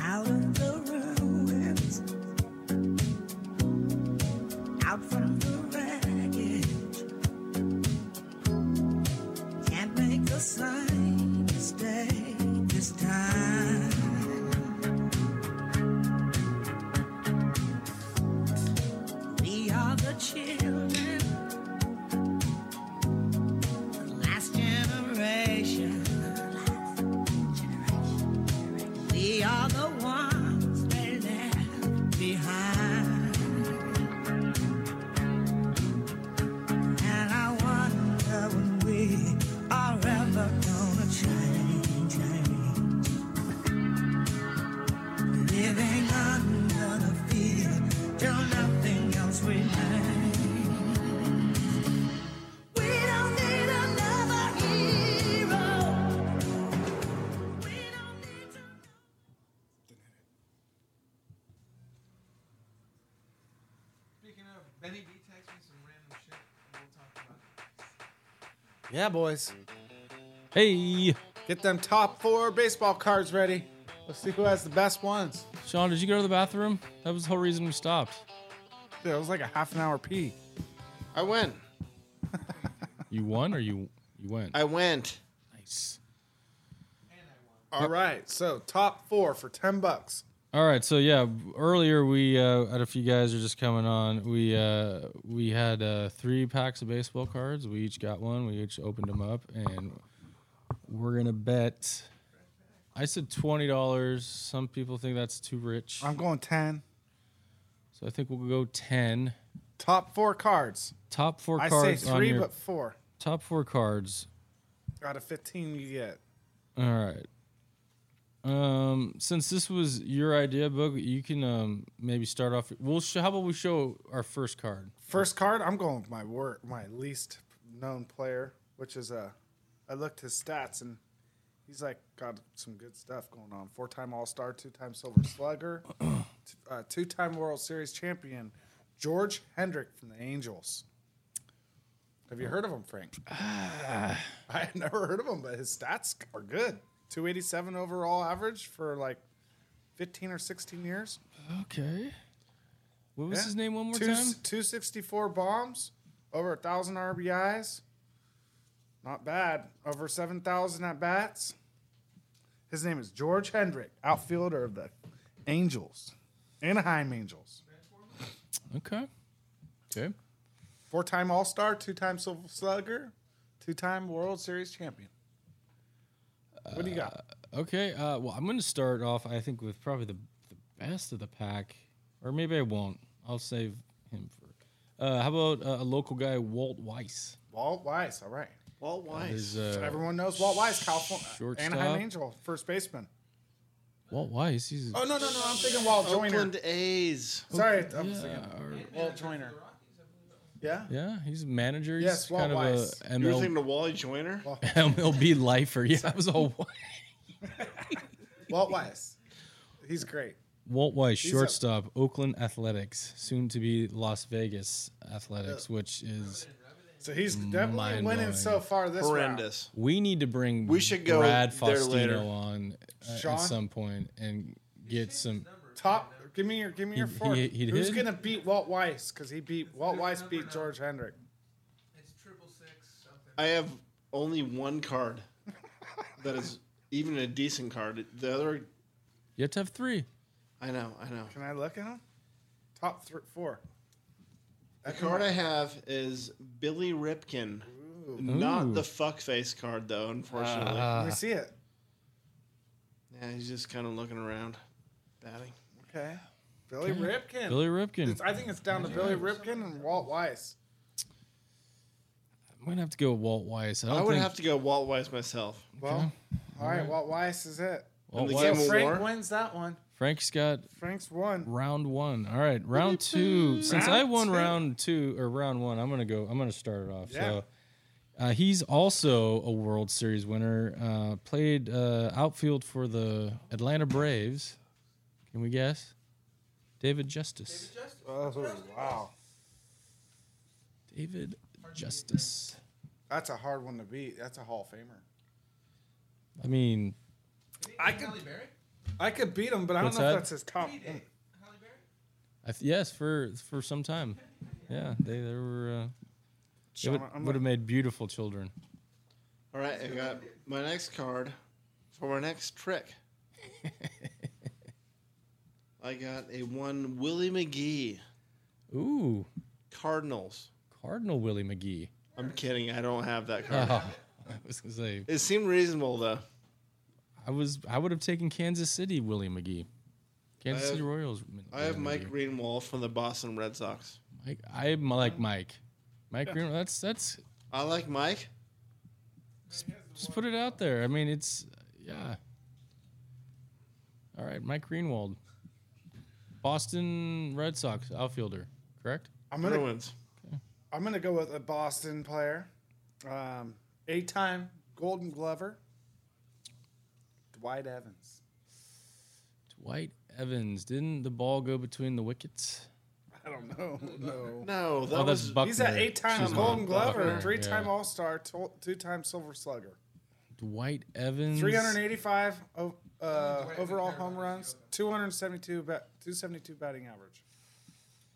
out of the ruins, out from the wreckage. Can't make the same mistake this time. We are the children, the last generation. We are the ones they left behind. And I wonder when we are ever gonna change. change. Living under the fear till nothing else remains. We don't need another hero. We don't need to.
Speaking of, Benny B texted me some random shit, and we'll talk about it.
Yeah, boys.
Hey,
Get them top four baseball cards ready. Let's see who has the best ones.
Sean, did you go to the bathroom? That was the whole reason we stopped.
Dude, it was like a half an hour pee.
I went.
You won or you you went?
I went.
Nice.
All right, so top four for ten bucks.
All right, so yeah, earlier we uh, I don't know if you guys are just coming on. We uh, we had uh, three packs of baseball cards. We each got one. We each opened them up, and we're gonna bet. I said twenty dollars. Some people think that's too rich,
I'm going ten.
so I think we'll go ten.
Top four cards.
Top four
I say
cards on
three,
your
but four
top four cards
out of fifteen you get.
All right. Um, since this was your idea, Book, you can um maybe start off. We'll show, how about we show our first card?
First card, I'm going with my work, my least known player, which is uh, I looked his stats and he's like got some good stuff going on. Four time All Star, two time Silver Slugger, t- uh, two time World Series champion, George Hendrick from the Angels. Have you heard of him, Frank? I had never heard of him, but his stats are good. 287 overall average for like 15 or 16 years.
Okay. What was
Yeah.
his name one more
Two-
time?
264 bombs, over 1,000 RBIs. Not bad. Over 7,000 at bats. His name is George Hendrick, outfielder of the Angels, Anaheim Angels.
Okay. Okay.
Four time All Star, two time Silver Slugger, two time World Series champion. What do you got?
Okay. Uh, well, I'm going to start off, I think, with probably the, the best of the pack, or maybe I won't. I'll save him for. Uh, how about uh, a local guy, Walt Weiss?
Walt Weiss. All right.
Walt Weiss.
His, uh,
Everyone knows Walt Weiss, California.
Shortstop.
Anaheim Angel, first baseman.
Walt Weiss. He's
Oh, no, no, no. I'm thinking Walt Joyner.
Oakland A's.
Sorry. I'm thinking
yeah, or-
Walt Joyner. Yeah.
yeah, he's a manager. He's
Yes, Walt
kind of
Weiss.
a
You were
ML, (laughs)
thinking of Wally Joyner?
MLB lifer. Yeah, I was
(laughs)
all
Walt Weiss. He's great.
Walt Weiss,
a-
shortstop, Oakland Athletics, soon to be Las Vegas Athletics, which is
So he's definitely winning
Mind-blowing.
so far this round.
Horrendous.
we need to bring
We should go
Brad
there later.
Faustino on uh,
Sean?
at some point and get some.
Top. Give me your. Give me your
He-
four.
he- he
Who's
did?
gonna beat Walt Weiss? Because he beat Walt Weiss beat George Hendrick.
It's triple six something.
I have only one card that is even a decent card. The other,
You have to have three.
I know, I know.
Can I look at him? Top three, four.
The card I have is Billy Ripken. Not
Ooh. Ah.
the fuckface card, though, unfortunately.
Let
Uh,
me see it.
yeah, he's just kind of looking around, batting.
Okay. Billy Ripken.
Billy Ripken.
It's, I think it's down to Billy Ripken and Walt Weiss.
I'm gonna have to go with Walt Weiss. I, don't
I would
think
have to go Walt Weiss myself.
Well, all right. Walt Weiss is it.
Walt
in the
Weiss.
game
So
of
Frank
war.
wins that one.
Frank's got
Frank's won.
round one. All right, round two. Since I
Round
won
two.
round two or round one, I'm gonna go. I'm gonna start it off.
Yeah.
So. Uh, he's also a World Series winner. Uh, played uh, outfield for the Atlanta Braves. Can we guess? David Justice.
Oh wow,
David Justice.
that's a hard one to beat. That's a Hall of Famer.
I mean,
I could,
Halle Berry?
I could beat him, but I don't
What's
know if
that?
that's his top.
He did. Halle Berry?
I th- yes, for for some time. Yeah, they they were. Uh, they
Sean,
would,
I'm
would have
gonna-
made beautiful children.
All right, I got my next card for my next trick. (laughs) I got a one Willie McGee,
Ooh,
Cardinals.
Cardinal Willie
(laughs)
McGee.
I'm kidding. I don't have that card.
Oh, (laughs) I was gonna say
It seemed reasonable though.
I was I would have taken Kansas City Willie McGee, Kansas
I have-
City Royals. Min-
I have
Willie
Mike
McGee.
Greenwall from the Boston Red Sox.
Mike. I m- like Mike. Mike Green. That's that's.
I like Mike.
Just put it out there. I mean, it's yeah. All right, Mike Greenwald, Boston Red Sox outfielder, correct?
I'm gonna,
Bruins.
I'm gonna go with a Boston player, um, eight-time Golden Glover, Dwight Evans.
Dwight Evans. Didn't the ball go between the wickets?
I don't know. No.
No, that
oh, that's
was
Buckner.
He's an eight-time
Excuse me.
Golden Glover,
Buckner,
three-time
yeah.
All-Star, tw- two-time Silver Slugger.
Dwight Evans.
385 o- uh,
Dwight
overall
McNair
home
was
runs, 272 bat, 272 batting average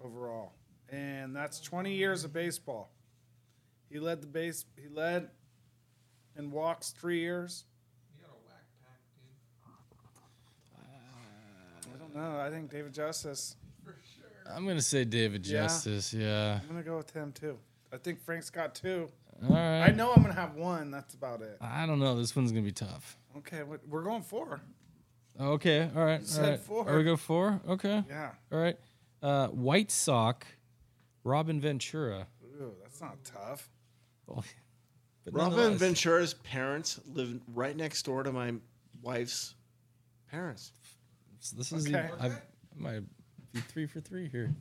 overall, and that's 20 years of baseball. He led the base. He led and walks three years.
He got a whack pack, dude.
Uh, I don't know. I think David Justice.
For sure.
I'm gonna say David
Yeah.
Justice. Yeah.
I'm gonna go with him too. I think Frank's got two.
All right.
I know I'm gonna have one. That's about it.
I don't know. This one's gonna be tough.
Okay, we- we're going four.
Okay. All right.
said
all right.
four.
Are we go four? Okay.
Yeah.
All right. Uh, White Sock, Robin Ventura.
Ooh, that's not tough.
Well, (laughs) but
Robin
nonetheless,
Ventura's parents live right next door to my wife's parents.
This is
Okay.
the, I've, I might be three for three here.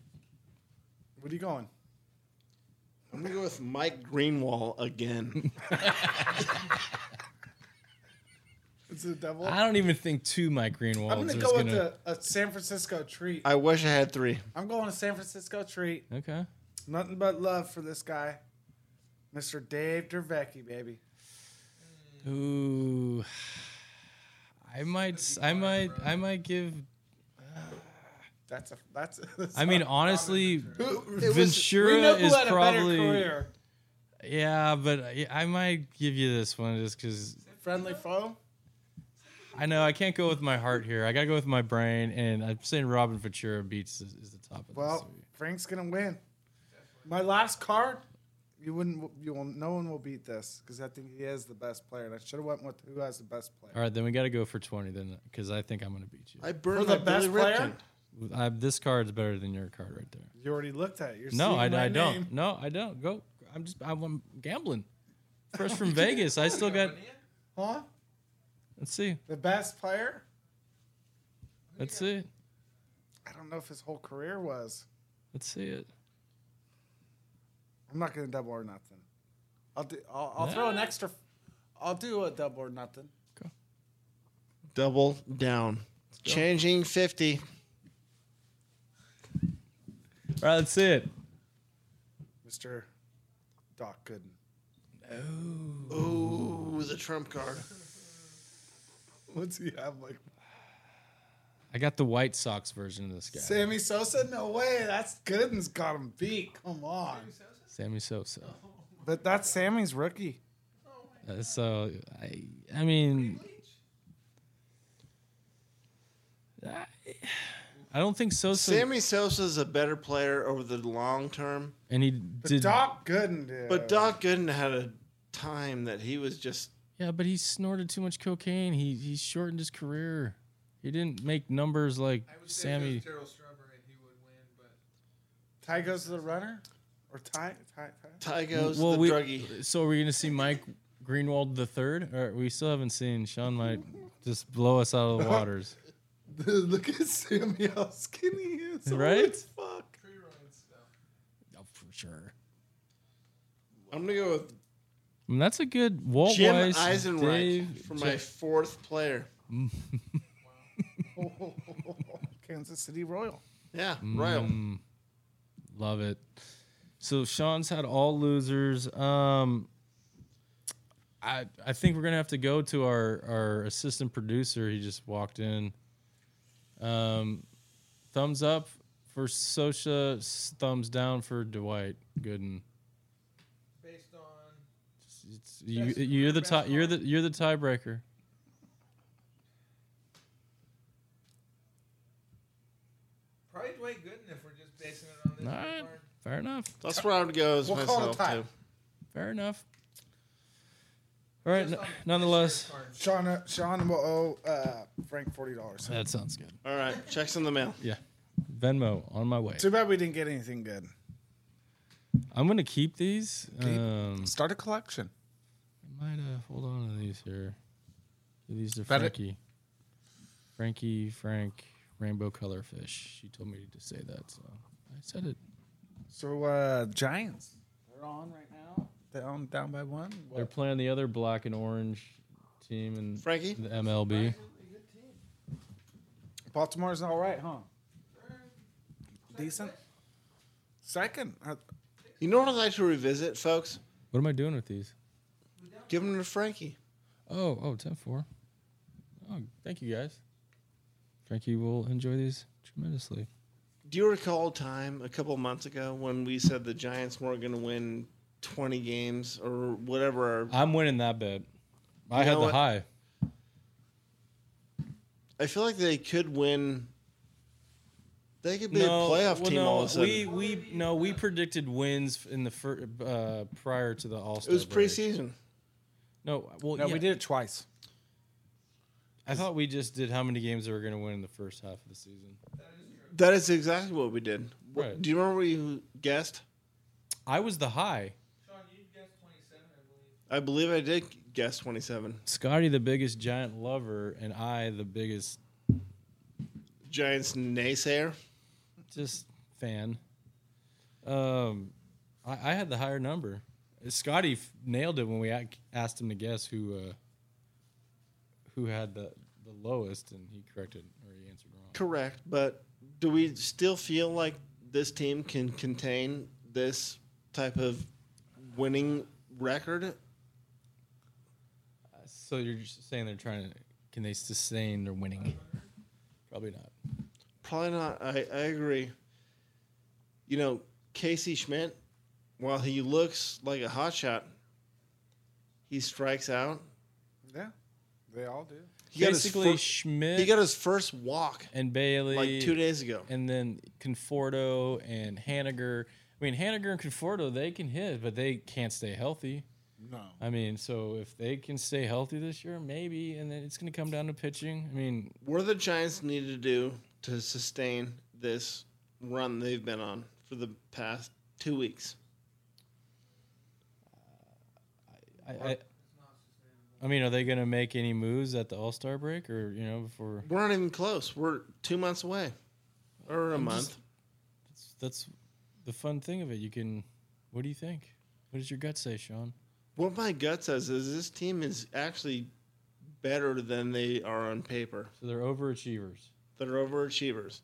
What are you going?
I'm gonna go with Mike Greenwall (laughs) again.
It's the devil.
I don't even think two Mike Greenwalds.
I'm gonna
are
go with
gonna-
the a San Francisco treat.
I wish I had three.
I'm going to San Francisco treat.
Okay.
Nothing but love for this guy. Mr. Dave Dervecki, baby.
Ooh, I might, s- I might, I might give.
That's a that's. A, (laughs) that's
I mean,
a-
honestly,
was-
Ventura is probably. Yeah, but I- I might give you this one just because
friendly foe.
I know I can't go with my heart here. I gotta go with my brain, and I'm saying Robin Ventura beats is, is the top of
Well, Frank's gonna win. My last card. You wouldn't. You will. No one will beat this because I think he is the best player. And I should have went with who has the best player.
this. All right, then we gotta go for twenty then, because I think I'm gonna beat you.
I burned
For the
my Billy
best player?
Ripken.
I, this card's better than your card right there.
You already looked at it. You're
No,
seeing
I,
my
I
name.
don't. No, I don't. Go. I'm just. I'm, I'm gambling. Fresh from Vegas. I still got.
Huh?
Let's see.
The best player?
Let's see. it.
I don't know if his whole career was.
Let's see it.
I'm not gonna double or nothing. I'll do. I'll, I'll throw an extra. I'll do a double or nothing.
Double down. Changing 50.
All right, let's see it.
Mr. Doc Gooden.
Ooh, the trump card.
What's he have like?
I got the White Sox version of this guy.
Sammy Sosa? No way. That's Gooden's got him beat. Come on.
Sammy Sosa.
But that's Sammy's rookie.
Uh, so I. I mean. I, I don't think Sosa.
Sammy Sosa is a better player over the long term,
and he
But
did.
Doc Gooden, dude.
but Doc Gooden had a time that he was just
Yeah, but he snorted too much cocaine. He he shortened his career. He didn't make numbers like
I would say if it
Sammy.
was Terrell Strawberry, he would win, but
Ty goes to the runner, or Ty? Ty? Ty?
Tygo's the
we,
druggie.
So are we gonna see Mike Greenwald the third? Or we still haven't seen Sean might just blow us out of the waters.
Dude, (laughs) look at Sammy, how skinny he is. Holy
Right?
Fuck.
tree runs though.
oh, for sure.
I'm gonna go with
I mean, that's a good Walt
Jim
Weiss,
Eisenreich
Dave-
for my fourth player.
(laughs) Kansas City Royal.
Yeah,
Mm.
Royal.
Love it. So Sean's had all losers. Um, I I think we're gonna have to go to our our assistant producer. He just walked in. Um, thumbs up for Sosha. s- Thumbs down for Dwight Gooden.
Based on
It's, you,
Best
you're the
quarterback
tie, you're the
line.
you're the tiebreaker.
probably Dwight Gooden if we're just basing it on this.
All right,
card.
fair enough.
That's where I would go as
We'll call it
myself
tie.
too.
Fair enough. All right.
Just
n-
on this year's
nonetheless,
card.
Sean, uh, Sean will owe uh, Frank forty dollars.
that sounds good.
All right, checks in the mail.
Yeah, Venmo on my way.
Too bad we didn't get anything good.
I'm gonna keep these. Um,
Start a collection.
I might uh, hold on to these here. Give these to
Bet it.
Frankie. Frankie, Frank, rainbow color fish. She told me to say that, so I said it.
So uh, Giants, they're on right now. They're on down by one.
They're playing the other black and orange team in
Frankie?
the MLB.
Baltimore's all right, huh? Decent. Second, uh,
You know what I'd like to revisit, folks?
What am I doing with these?
Give them to Frankie.
Oh, oh, 10-4. Oh, thank you guys. Frankie will enjoy these tremendously.
Do you recall a time a couple months ago when we said the Giants weren't going to win 20 games or whatever?
I'm winning that bet. I
You
had
know
the
what?
high.
I feel like they could win. They could be
no,
a playoff
well,
team
no,
all of a sudden.
We we no, we predicted wins in the fir- uh, prior to the All
it
Star.
was preseason.
No, well,
no,
yeah.
we did it twice.
I thought we just did how many games they were going to win in the first half of the season.
That is exactly what we did. What-
Right.
Do you remember what you guessed?
I was the high.
Sean, you guessed 27, I believe.
I believe I did guess 27.
Scotty, the biggest giant lover, and I, the biggest
Giants naysayer.
just fan. Um, I, I had the higher number. Scotty f- nailed it when we ac- asked him to guess who uh, who had the the lowest, and he corrected or he answered wrong.
Correct, but do we still feel like this team can contain this type of winning record.
So you're just saying they're trying to? Can they sustain their winning? Probably not.
Probably not. I, I agree. You know, Casey Schmidt, while he looks like a hotshot, he strikes out.
Yeah, they all do.
He
Basically,
got his fir-
Schmidt
he got his first walk
and Bailey
like two days ago.
and then Conforto and Haniger. I mean, Haniger and Conforto, they can hit, but they can't stay healthy.
No,
I mean, so if they can stay healthy this year, maybe, and then it's going to come down to pitching. I mean,
What do the Giants need to do to sustain this run they've been on for the past two weeks?
I, I, I mean, are they going to make any moves at the All Star break, or you know, before
We're not even close. We're two months away, or a month.
just- that's, that's the fun thing of it. You can. What do you think? What does your gut say, Sean?
What my gut says is this team is actually better than they are on paper.
So they're overachievers.
They're overachievers,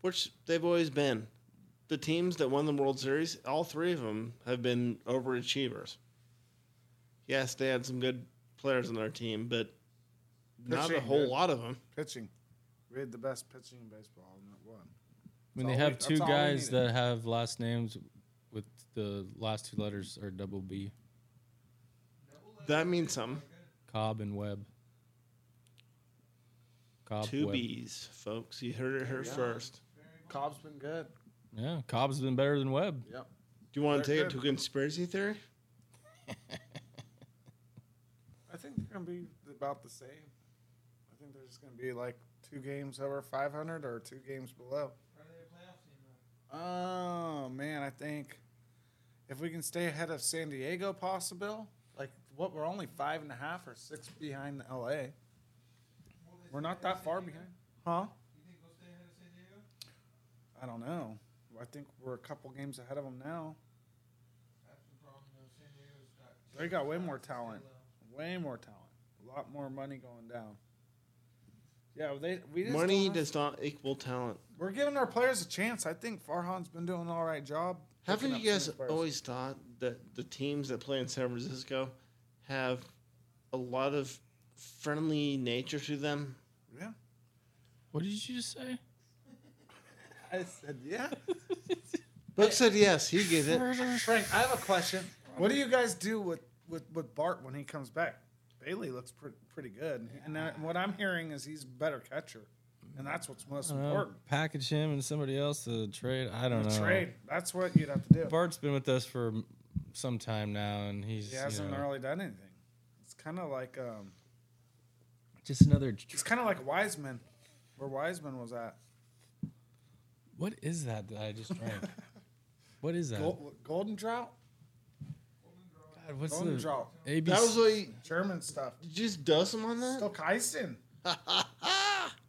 which they've always been. The teams that won the World Series, all three of them have been overachievers. Yes, they had some good players on their team, but not a
Pitching,
whole
dude.
lot of them.
pitching. We had the best pitching in baseball, and that one.
When
That's
they
all we-
have two
that's all we
guys
needed.
that have last names with the last two letters are double B,
That means something.
Cobb and Webb. Cobb
Two
Webb.
B's, folks. You heard it here first.
Cobb's been good.
Yeah, Cobb's been better than Webb.
Do you want to
They're
take it to conspiracy theory?
I think they're gonna be about the same. I think they're just gonna be like two games over 500 or two games below.
Are they a playoff team now?
Oh man, I think if we can stay ahead of San Diego, possible. Like what? We're only five and a half or six behind LA. We're not that far behind, huh?
You think they'll stay ahead of San Diego?
I don't know. I think we're a couple games ahead of them now.
That's the problem, though. San Diego's got.
They got way more talent, way more talent, a lot more money going down. Yeah, they we just don't
Money
have-
does not equal talent.
We're giving our players a chance. I think Farhan's been doing an all right job.
Haven't
picking
you
up
guys
some players.
always thought that the teams that play in San Francisco have a lot of friendly nature to them?
Yeah,
What did you just say?
I said yeah.
Brooke said yes, he gets it.
(laughs) Frank, I have a question. What do you guys do with, with, with Bart when he comes back? Bailey looks pretty pretty good, and I, what I'm hearing is he's a better catcher, and that's what's most important.
Uh, package him and somebody else to trade. I don't
The
know.
trade. That's what you'd have to do.
Bart's been with us for some time now, and he's
he
you
hasn't
know,
really done anything. It's kind of like um,
just another. tr-
it's kind of like Wiseman, where Wiseman was at.
What is that that I just
(laughs)
drank? what is that?
Gol- Golden Drought,
God, what's
Golden
the
Drought,
ABC?
That was what he
German stuff.
did you just dust him on that?
Still Kyson.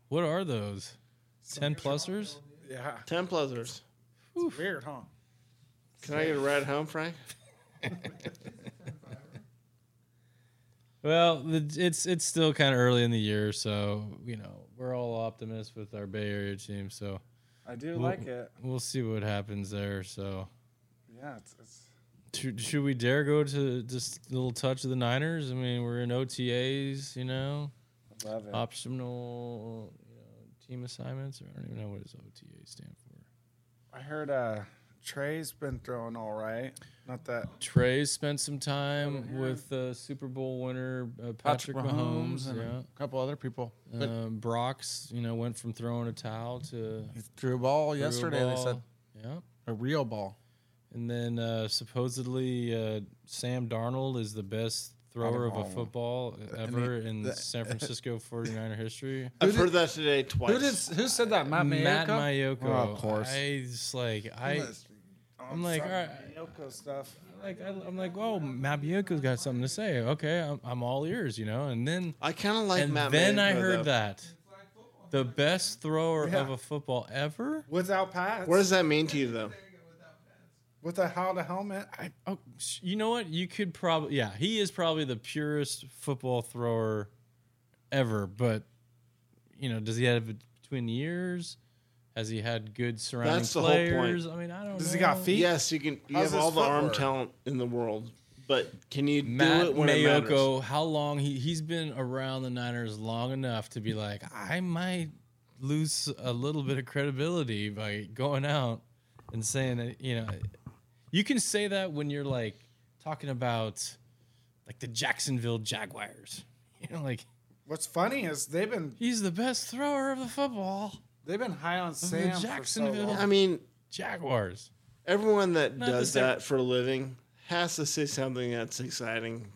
what are those? Ten plusers?
Yeah,
Ten pleasures.
it's weird, huh?
Can I get a ride home, Frank?
Well, the, it's it's still kind of early in the year, so you know we're all optimists with our Bay Area team. So
I do
Well-
like it.
we'll see what happens there. So
Yeah, it's, it's
should, should we dare go to just a little touch of the Niners? I mean, we're in OTAs, you know,
I love it.
optional you know, team assignments. Or I don't even know what does OTA stand for.
I heard uh, Trey's been throwing all right. Not that
Trey spent some time with uh, Super Bowl winner uh, Patrick, Mahomes. yeah.
a couple other people. But
Um, Brock's, you know, went from throwing a towel to
he threw a ball
threw a
yesterday. They said
ball. yeah.
a real ball.
And then uh, supposedly uh, Sam Darnold is the best thrower of a
Darnold.
football ever in
(laughs)
San Francisco 49er history.
I've heard that today twice.
who did who said that Matt Mayoko?
Matt Mayoko,
Oh, of course.
I just like I, I'm like, all right,
Mayoko stuff.
like I, I'm like, whoa, Matt Mayoko's got something to say. Okay, I'm, I'm all ears, you know. And then
I kinda like
and
Matt
then I
Manfred,
heard
though.
that the best thrower
Yeah.
of a football ever.
Without pads,
What does that mean to you though?
with a how to helmet? I,
Oh, sh- you know what? You could probably, yeah, he is probably the purest football thrower ever. But you know, does he have it between the years? Has he had good surrounding
That's the whole point.
players? I mean, I don't.
does
know.
he got feet?
Yes, you can you
How's
have all
his
the arm
footwork?
talent in the world. But can you
Matt
do it when it matters?
Mayoko, how long he he's been around the Niners long enough to be like, I might lose a little bit of credibility by going out and saying that, you know, you can say that when you're like talking about like the Jacksonville Jaguars. (laughs) You know, like
What's funny is they've been
he's the best thrower of the football.
they've been high on Sam for so
Jacksonville-
long.
I mean,
Jaguars.
everyone that
Not
does
that they're-
that for a living has to say something that's exciting,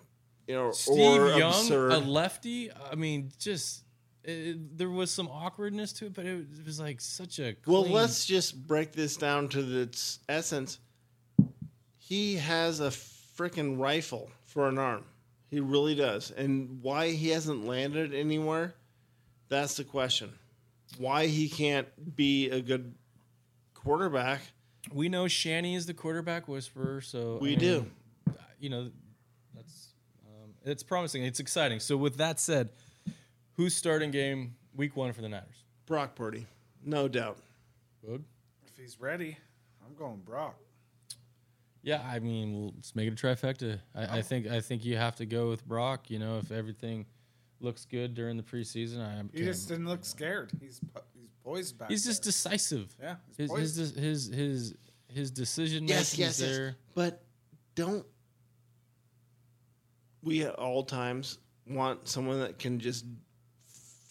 you know, or
Steve Young,
absurd.
a lefty. I mean, just it, there was some awkwardness to it, but it, was like such a
Well,
clean-
let's just break this down to its essence. He has a freaking rifle for an arm. He really does. And why he hasn't landed anywhere, that's the question. Why he can't be a good quarterback,
we know Shanny is the quarterback whisperer, so I
we
mean,
do.
You know, that's um, it's promising. It's exciting. So with that said, who's starting game week one for the Niners?
Brock Purdy, no doubt.
Boog?
If he's ready, I'm going Brock.
Yeah, I mean, we'll- let's make it a trifecta. I, I
Oh.
think I think you have to go with Brock. You know, if everything looks good during the preseason, I am.
He just didn't look scared. He's po- he's poised back.
He's just
there.
decisive.
yeah. He's
His
poised.
his his his his decision making
Yes, yes,
there.
yes. But don't we at all times want someone that can just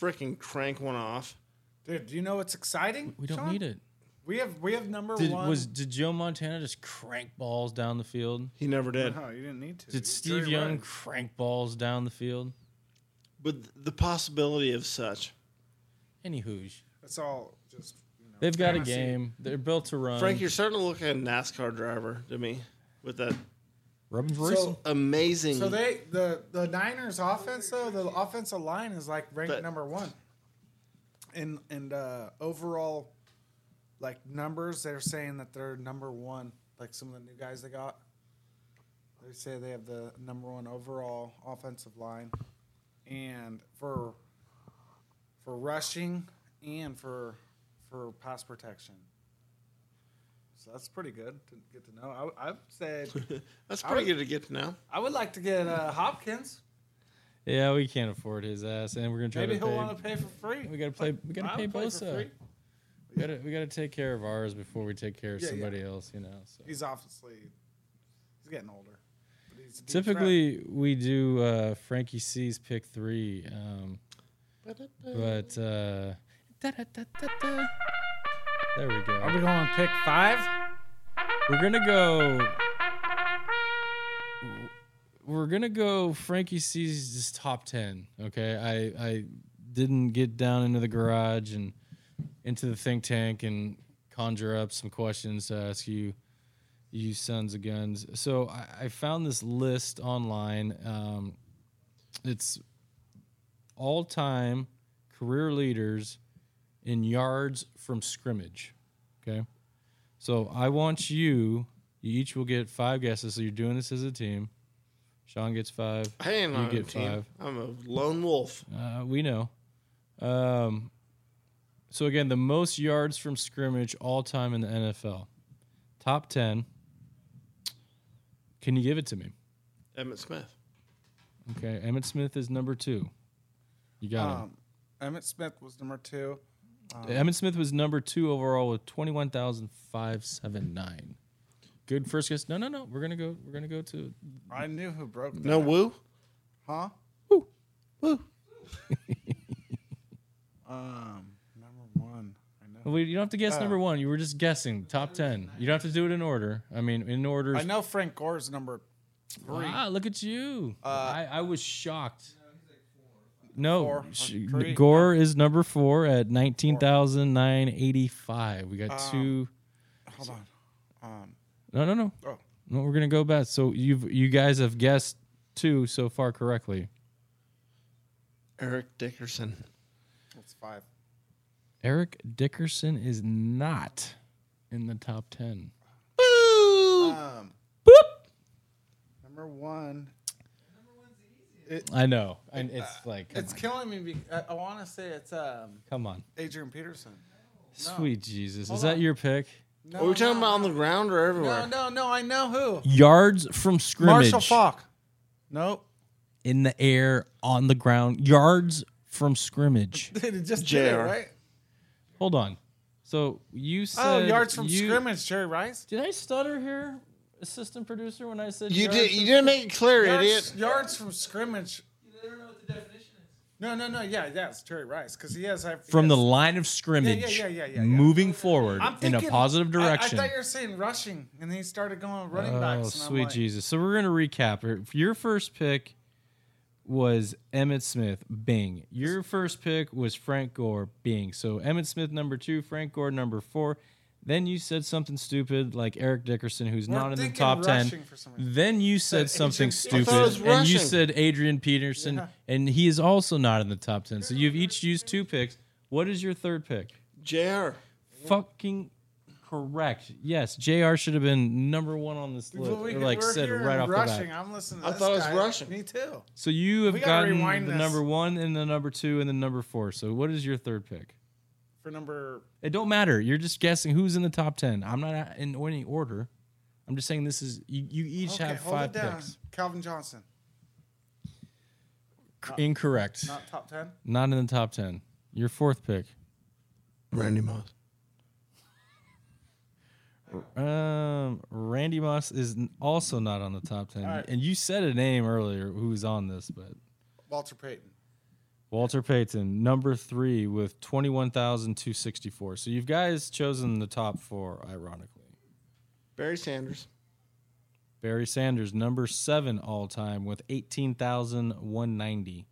freaking crank one off?
Dude, do you know what's exciting?
We don't
Sean?
need it.
We have we have number
Did
one.
was did Joe Montana just crank balls down the field?
He never did.
no, you didn't need to.
Did
You're
Steve
Jerry
Young
Rice.
crank balls down the field?
But th- the possibility of such.
Anywho's.
It's all just. You know,
They've got a
fantasy.
game. They're built to run.
Frank, you're starting to look like a NASCAR driver to me with that
rubbing for
So,
amazing.
so they the the Niners offense though the offensive line is like ranked
But-
number one. In and uh, overall, like numbers, they're saying that they're number one. Like some of the new guys they got, they say they have the number one overall offensive line, and for for rushing and for for pass protection. So that's pretty good to get to know. I, I'd say
That's
I
pretty
would-
good to get to know.
I would like to get uh, Hopkins.
Yeah, we can't afford his ass, and we're gonna try
Maybe
to
he'll
pay.
want to pay for free.
we gotta play. We gotta
I'll
pay
play for
Bosa.
free.
We gotta we gotta take care of ours before we take care of
Yeah, yeah.
somebody else. You know. So.
He's obviously he's getting older. But he's a deep
Typically, we do uh, Frankie C's pick three, um, but uh, da-da-da-da-da. there we go.
threat. are we going pick five?
We're gonna go. We're gonna go. Frankie sees this top ten. Okay, I I didn't get down into the garage and into the think tank and conjure up some questions to ask you, you sons of guns. So I, I found this list online. Um, it's all time career leaders in yards from scrimmage. Okay. So I want you. You each will get five guesses. So you're doing this as a team. Sean gets five.
I ain't
You
on a
get
team.
five.
I'm a lone wolf.
Uh, we know. Um, so again, the most yards from scrimmage all time in the NFL, top ten. Can you give it to me?
Emmett Smith.
Okay, Emmett Smith is number two. You got him.
Um, Emmett Smith was number two.
Emmett Smith was number two overall with twenty one thousand five seven nine. Good first guess. No, no, no. We're gonna go. We're gonna go to
I knew who broke. That.
No woo?
huh?
Woo.
Woo.
Um, number one. I know.
Well, you don't have to guess
Oh.
number one. You were just guessing top ten. You don't have to do it in order. I mean, in order.
I know Frank Gore's number three. Uh,
Ah, look at you. I, I was shocked.
Four
No,
or
sh-
three.
Gore is number four at nineteen thousand nine eighty five. We
Um,
got two.
Hold on. Um,
No, no, no.
oh,
No, we're gonna go back. So you've you guys have guessed two so far correctly.
Eric Dickerson.
that's five.
Eric Dickerson is not in the top ten.
Um, number one.
I know, and it's like, come
Uh, It's
on,
killing me. Be- I, I want to say it's um
come on.
Adrian Peterson.
sweet Jesus,
Hold
is that
on.
your pick?
Are we talking about on the ground or everywhere?
No, no, no. I know who.
Yards from scrimmage.
Marshall Falk. Nope.
In the air, on the ground. Yards from scrimmage.
Dude, it just did it,
JR.
right?
Hold on. So you said
Oh, yards from
you-
scrimmage, Jerry Rice.
Did I stutter here, assistant producer, when I said
You
yards
did.
from-
You didn't make it clear,
Yards,
idiot.
yards from scrimmage.
I don't know what the definition is.
No, no, no. Yeah, yeah, it's Jerry Rice because he has.
From the
yes.
line of scrimmage,
yeah, yeah, yeah, yeah.
moving forward
I'm
in a
thinking-
positive
I-
direction.
I, thought you were saying rushing, and he started going running
Oh,
backs. and I'm
sweet
like,
Jesus. So we're going to recap. Your first pick was Emmett Smith, bing. Your first pick was Frank Gore, bing. So Emmett Smith, number two, Frank Gore, number four. Then you said something stupid like Eric Dickerson, who's
We're
not in the
thinking
top 10.
rushing for some reason.
Then you said
Said
something
Adrian-
Uh, I thought it was
stupid. And you
rushing.
said Adrian Peterson, and he is also not in the top 10. So you've each used two picks. What is your third pick?
Jr.
fucking correct. Yes, JR should have been number one on this list.
Well, we-
or like
we're
said
here
right
in
off the
rushing.
bat.
I'm listening. To
I
this
thought it was
guy.
rushing.
Me too.
So you
We
have
gotta
gotten
rewind
the
this.
number one and the number two and the number four. So what is your third pick?
For number,
It don't matter. You're just guessing who's in the top ten. I'm not a- in any order. I'm just saying this is you. You each
okay,
have
hold
five
it down.
picks.
Calvin Johnson,
C- Incorrect.
Uh, not top ten.
Not in the top ten. Your fourth pick.
Randy Moss.
Um, Randy Moss is n- also not on the top ten.
All right.
And you said a name earlier who's on this, but
Walter Payton.
Walter Payton, number three with 21,264. So you've guys chosen the top four, ironically.
Barry Sanders.
Barry Sanders, number seven all time with 18,190.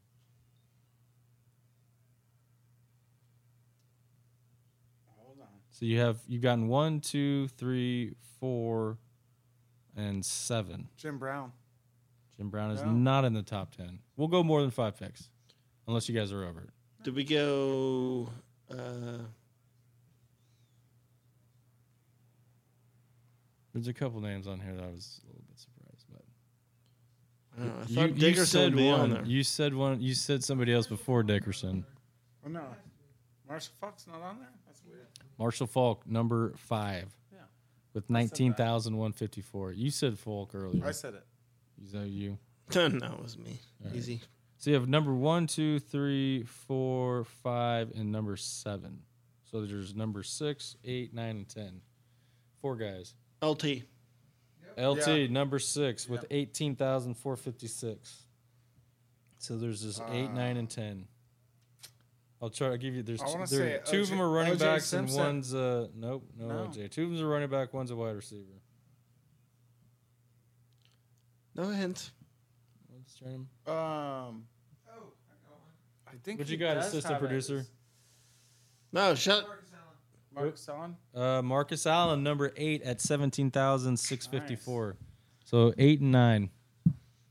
So you have you've gotten one, two, three, four, and seven.
Jim Brown.
Jim Brown is
No.
not in the top ten. We'll go more than five picks, unless you guys are over it.
Did we go? Uh,
There's a couple names on here that I was a little bit surprised, but
I, don't know, I thought Dickerson would be
one.
on there.
You said one. You said somebody else before Dickerson.
Oh no, Marshall Fox not on there. That's weird.
Marshall Falk, number five,
Yeah.
with nineteen thousand one fifty four. You said Falk earlier.
I said it.
Is that you?
no, it was me. Easy.
So you have number one, two, three, four, five, and number seven. So there's number six, eight, nine, and ten. Four guys.
LT.
LT
Yeah.
number six with eighteen thousand four fifty six. So there's just eight, nine, and ten. I'll try. I'll give you. There's
Ah. I
two,
wanna
there-
say
two of
OJ
them are running
OJ
backs
Simpson.
and one's uh nope no,
No.
OJ. Two of them's a running back. One's a wide receiver.
No hint.
Let's try 'em.
Um,
Oh, I got one.
I think.
What
he
you got,
does
assistant
have it.
producer?
No, shut.
Marcus Allen.
Marcus Allen.
Uh, Marcus Allen number eight at seventeen thousand six fifty four. So eight and nine.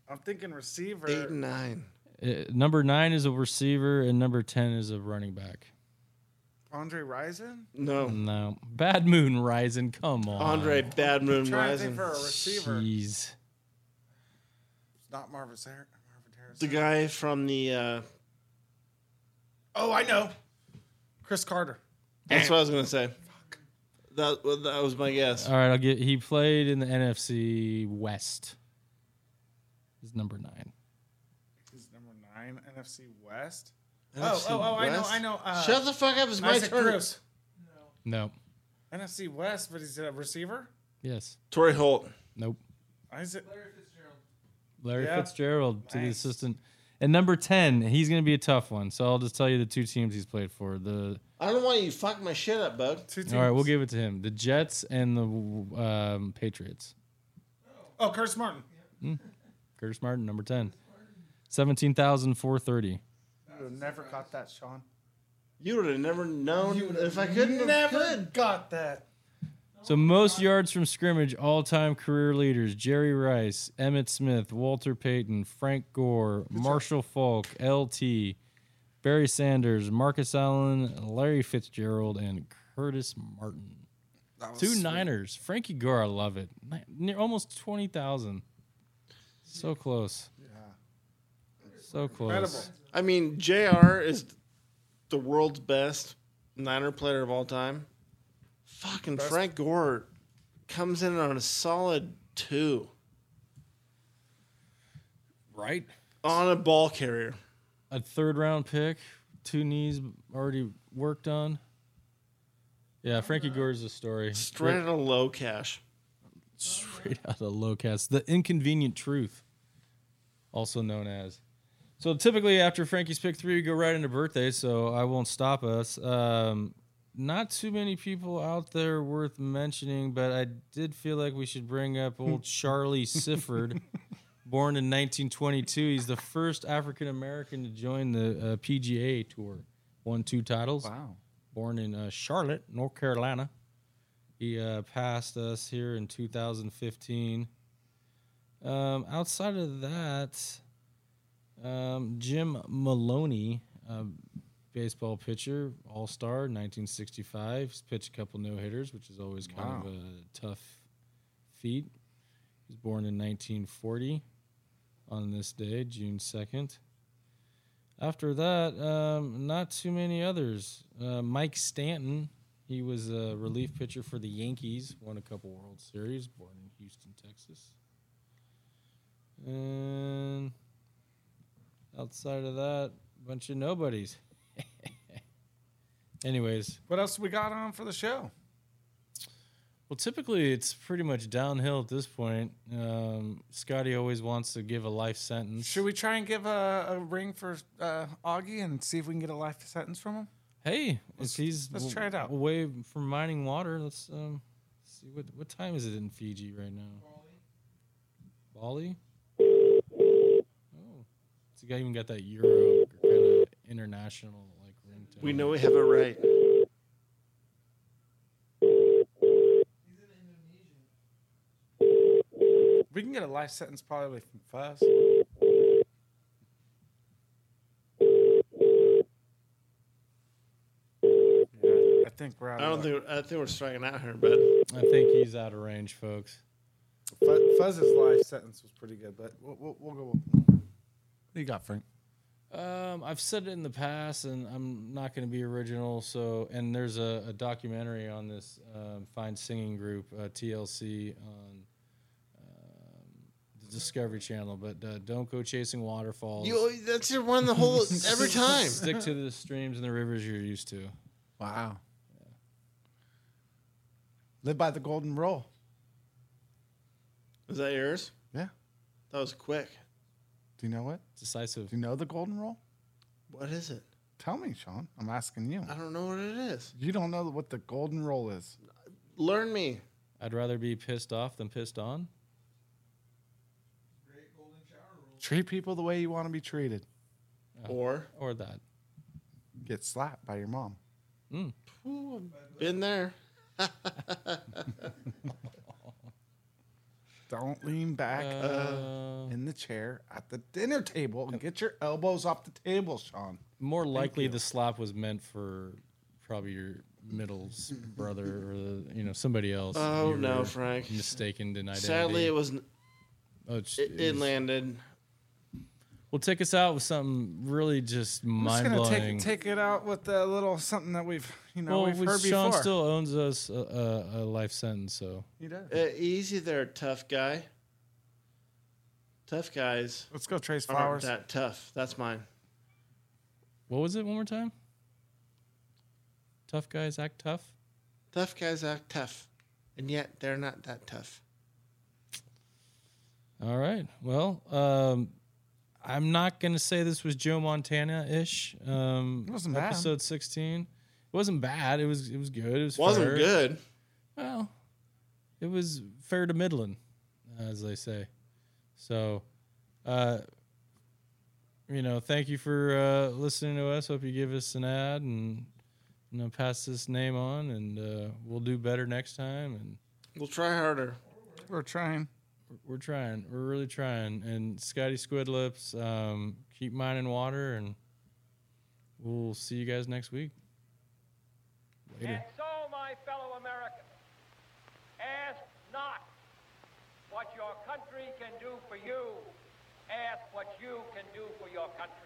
I'm thinking receiver.
Eight and nine.
Uh, number nine is a receiver and number ten is a running back.
Andre Risen.
No.
No, Bad Moon Rising. Come on,
Andre Bad Moon
Trying to think
Rising.
for a receiver.
Jeez.
It's not Marvin Sarah. Marvin Harrison.
The guy from the. Uh,
Oh, I know. Chris Carter.
that's what I was gonna say. That well, that was my guess.
Uh,
All right, I'll get. He played in the NFC West. He's number nine.
He's number nine, NFC West.
NFC
oh, oh, I know,
West?
I know, uh,
Shut the fuck up! It's my
Isaac
turn.
Cruz.
No.
NFC West, but he's a receiver.
Yes.
Torrey Holt.
Nope.
Isaac.
Larry Fitzgerald.
Larry
Yeah.
Fitzgerald to the
Nice.
assistant. And number ten, he's going to be a tough one. So I'll just tell you the two teams he's played for. The
I don't want you to fuck my shit up, bud.
Two teams.
all right, we'll give it to him. The Jets and the um, Patriots.
Oh, Curtis Martin.
Curtis Martin, number ten, seventeen thousand four thirty.
You never got that, Sean.
You would have never known if I couldn't have
Never
could.
got that.
So most yards from scrimmage, all-time career leaders: Jerry Rice, Emmett Smith, Walter Payton, Frank Gore, Marshall Falk, LT, Barry Sanders, Marcus Allen, Larry Fitzgerald, and Curtis Martin. Two Niners. Frankie Gore, I love it. Ni- near- almost twenty thousand. So close. Yeah. So close.
Incredible.
I mean, Jr. is the world's best Niner player of all time. Fucking Frank Gore comes in on a solid two.
Right?
On a ball carrier.
A third round pick, two knees already worked on. Yeah, Frankie Gore's the story.
Straight out of low cash.
Straight (laughs) out of low cast. The inconvenient truth, also known as. So typically after Frankie's pick three, we go right into birthday. So I won't stop us. Um, not too many people out there worth mentioning, but I did feel like we should bring up old Charlie Sifford, born in 1922. He's the first African American to join the uh, PGA Tour, won two titles.
Wow.
Born in uh, Charlotte, North Carolina. He uh, passed us here in 2015. Um, outside of that, um, Jim Maloney, uh, baseball pitcher, All Star, 1965. He's pitched a couple no hitters, which is always kind of
Wow.
a tough feat. He was born in 1940 on this day, June 2nd. After that, um, not too many others. Uh, Mike Stanton, he was a relief pitcher for the Yankees, won a couple World Series, born in Houston, Texas. And outside of that, bunch of nobodies. (laughs) Anyways,
What else we got on for the show?
well, typically it's pretty much downhill at this point. Um, Scotty always wants to give a life sentence.
Should we try and give a, a ring for uh, Augie and see if we can get a life sentence from him?
Hey, if he's
let's try it out.
away from mining water, let's um, see what what time is it in Fiji right now? Bali. Oh, this guy even got that Euro kind of international like ringtone.
We know we have it right.
We can get a life sentence probably from Fuzz. Yeah, I think we're
I
out.
don't
of luck.
think I think we're striking out here, but
I think he's out of range, folks.
Fu- Fuzz's life sentence was pretty good, but we'll, we'll, we'll go. What do you got, Frank?
Um, I've said it in the past, and I'm not going to be original. So, and there's a, a documentary on this um, fine singing group, uh, TLC, on um, the Discovery Channel. But uh, don't go chasing waterfalls.
you that's your one the whole every (laughs)
(laughs)
time.
Stick to the streams and the rivers you're used to.
Wow. Live by the golden rule.
Is that yours?
Yeah.
That was quick.
Do you know it?
Decisive.
Do you know the golden rule?
What is it?
Tell me, Sean. I'm asking you.
I don't know what it is.
You don't know what the golden rule is.
Learn me.
I'd rather be pissed off than pissed on.
Treat people the way you want to be treated.
Or
or that.
Get slapped by your mom.
Ooh, been there.
Don't lean back uh,
Uh.
in the chair at the dinner table and get your elbows off the table, Sean.
More likely, the slap was meant for probably your middle s- brother or the, you know somebody else.
Oh,
You
no,
were
Frank.
Mistaken in identity.
Sadly, it was.
Oh, it's-
It,
it
it
was-
landed.
Well, take us out with something really just
I'm
mind
just gonna
blowing.
take take it out with a little something that we've you know
well,
we've
we-
heard
Sean
before.
still owns us a, a, a life sentence, so
He does.
Uh, easy there, tough guy. Tough guys
Let's go trace
aren't
flowers.
that tough. That's mine.
what was it one more time? Tough guys act tough.
Tough guys act tough, and yet they're not that tough.
All right. Well, um, I'm not going to say this was Joe Montana ish. Um,
It wasn't bad.
Episode 16. It wasn't bad. It was it was good. It was
Wasn't
fair.
good.
Well, it was fair to middling, as they say. So, uh, you know, thank you for uh, listening to us. Hope you give us an ad and you know pass this name on, and uh, we'll do better next time. And
We'll try harder.
We're trying.
we're trying. We're really trying. And Scotty Squid Lips, um, keep mining water, and we'll see you guys next week. Later.
And so, my fellow Americans, ask not what your country can do for you, ask what you can do for your country.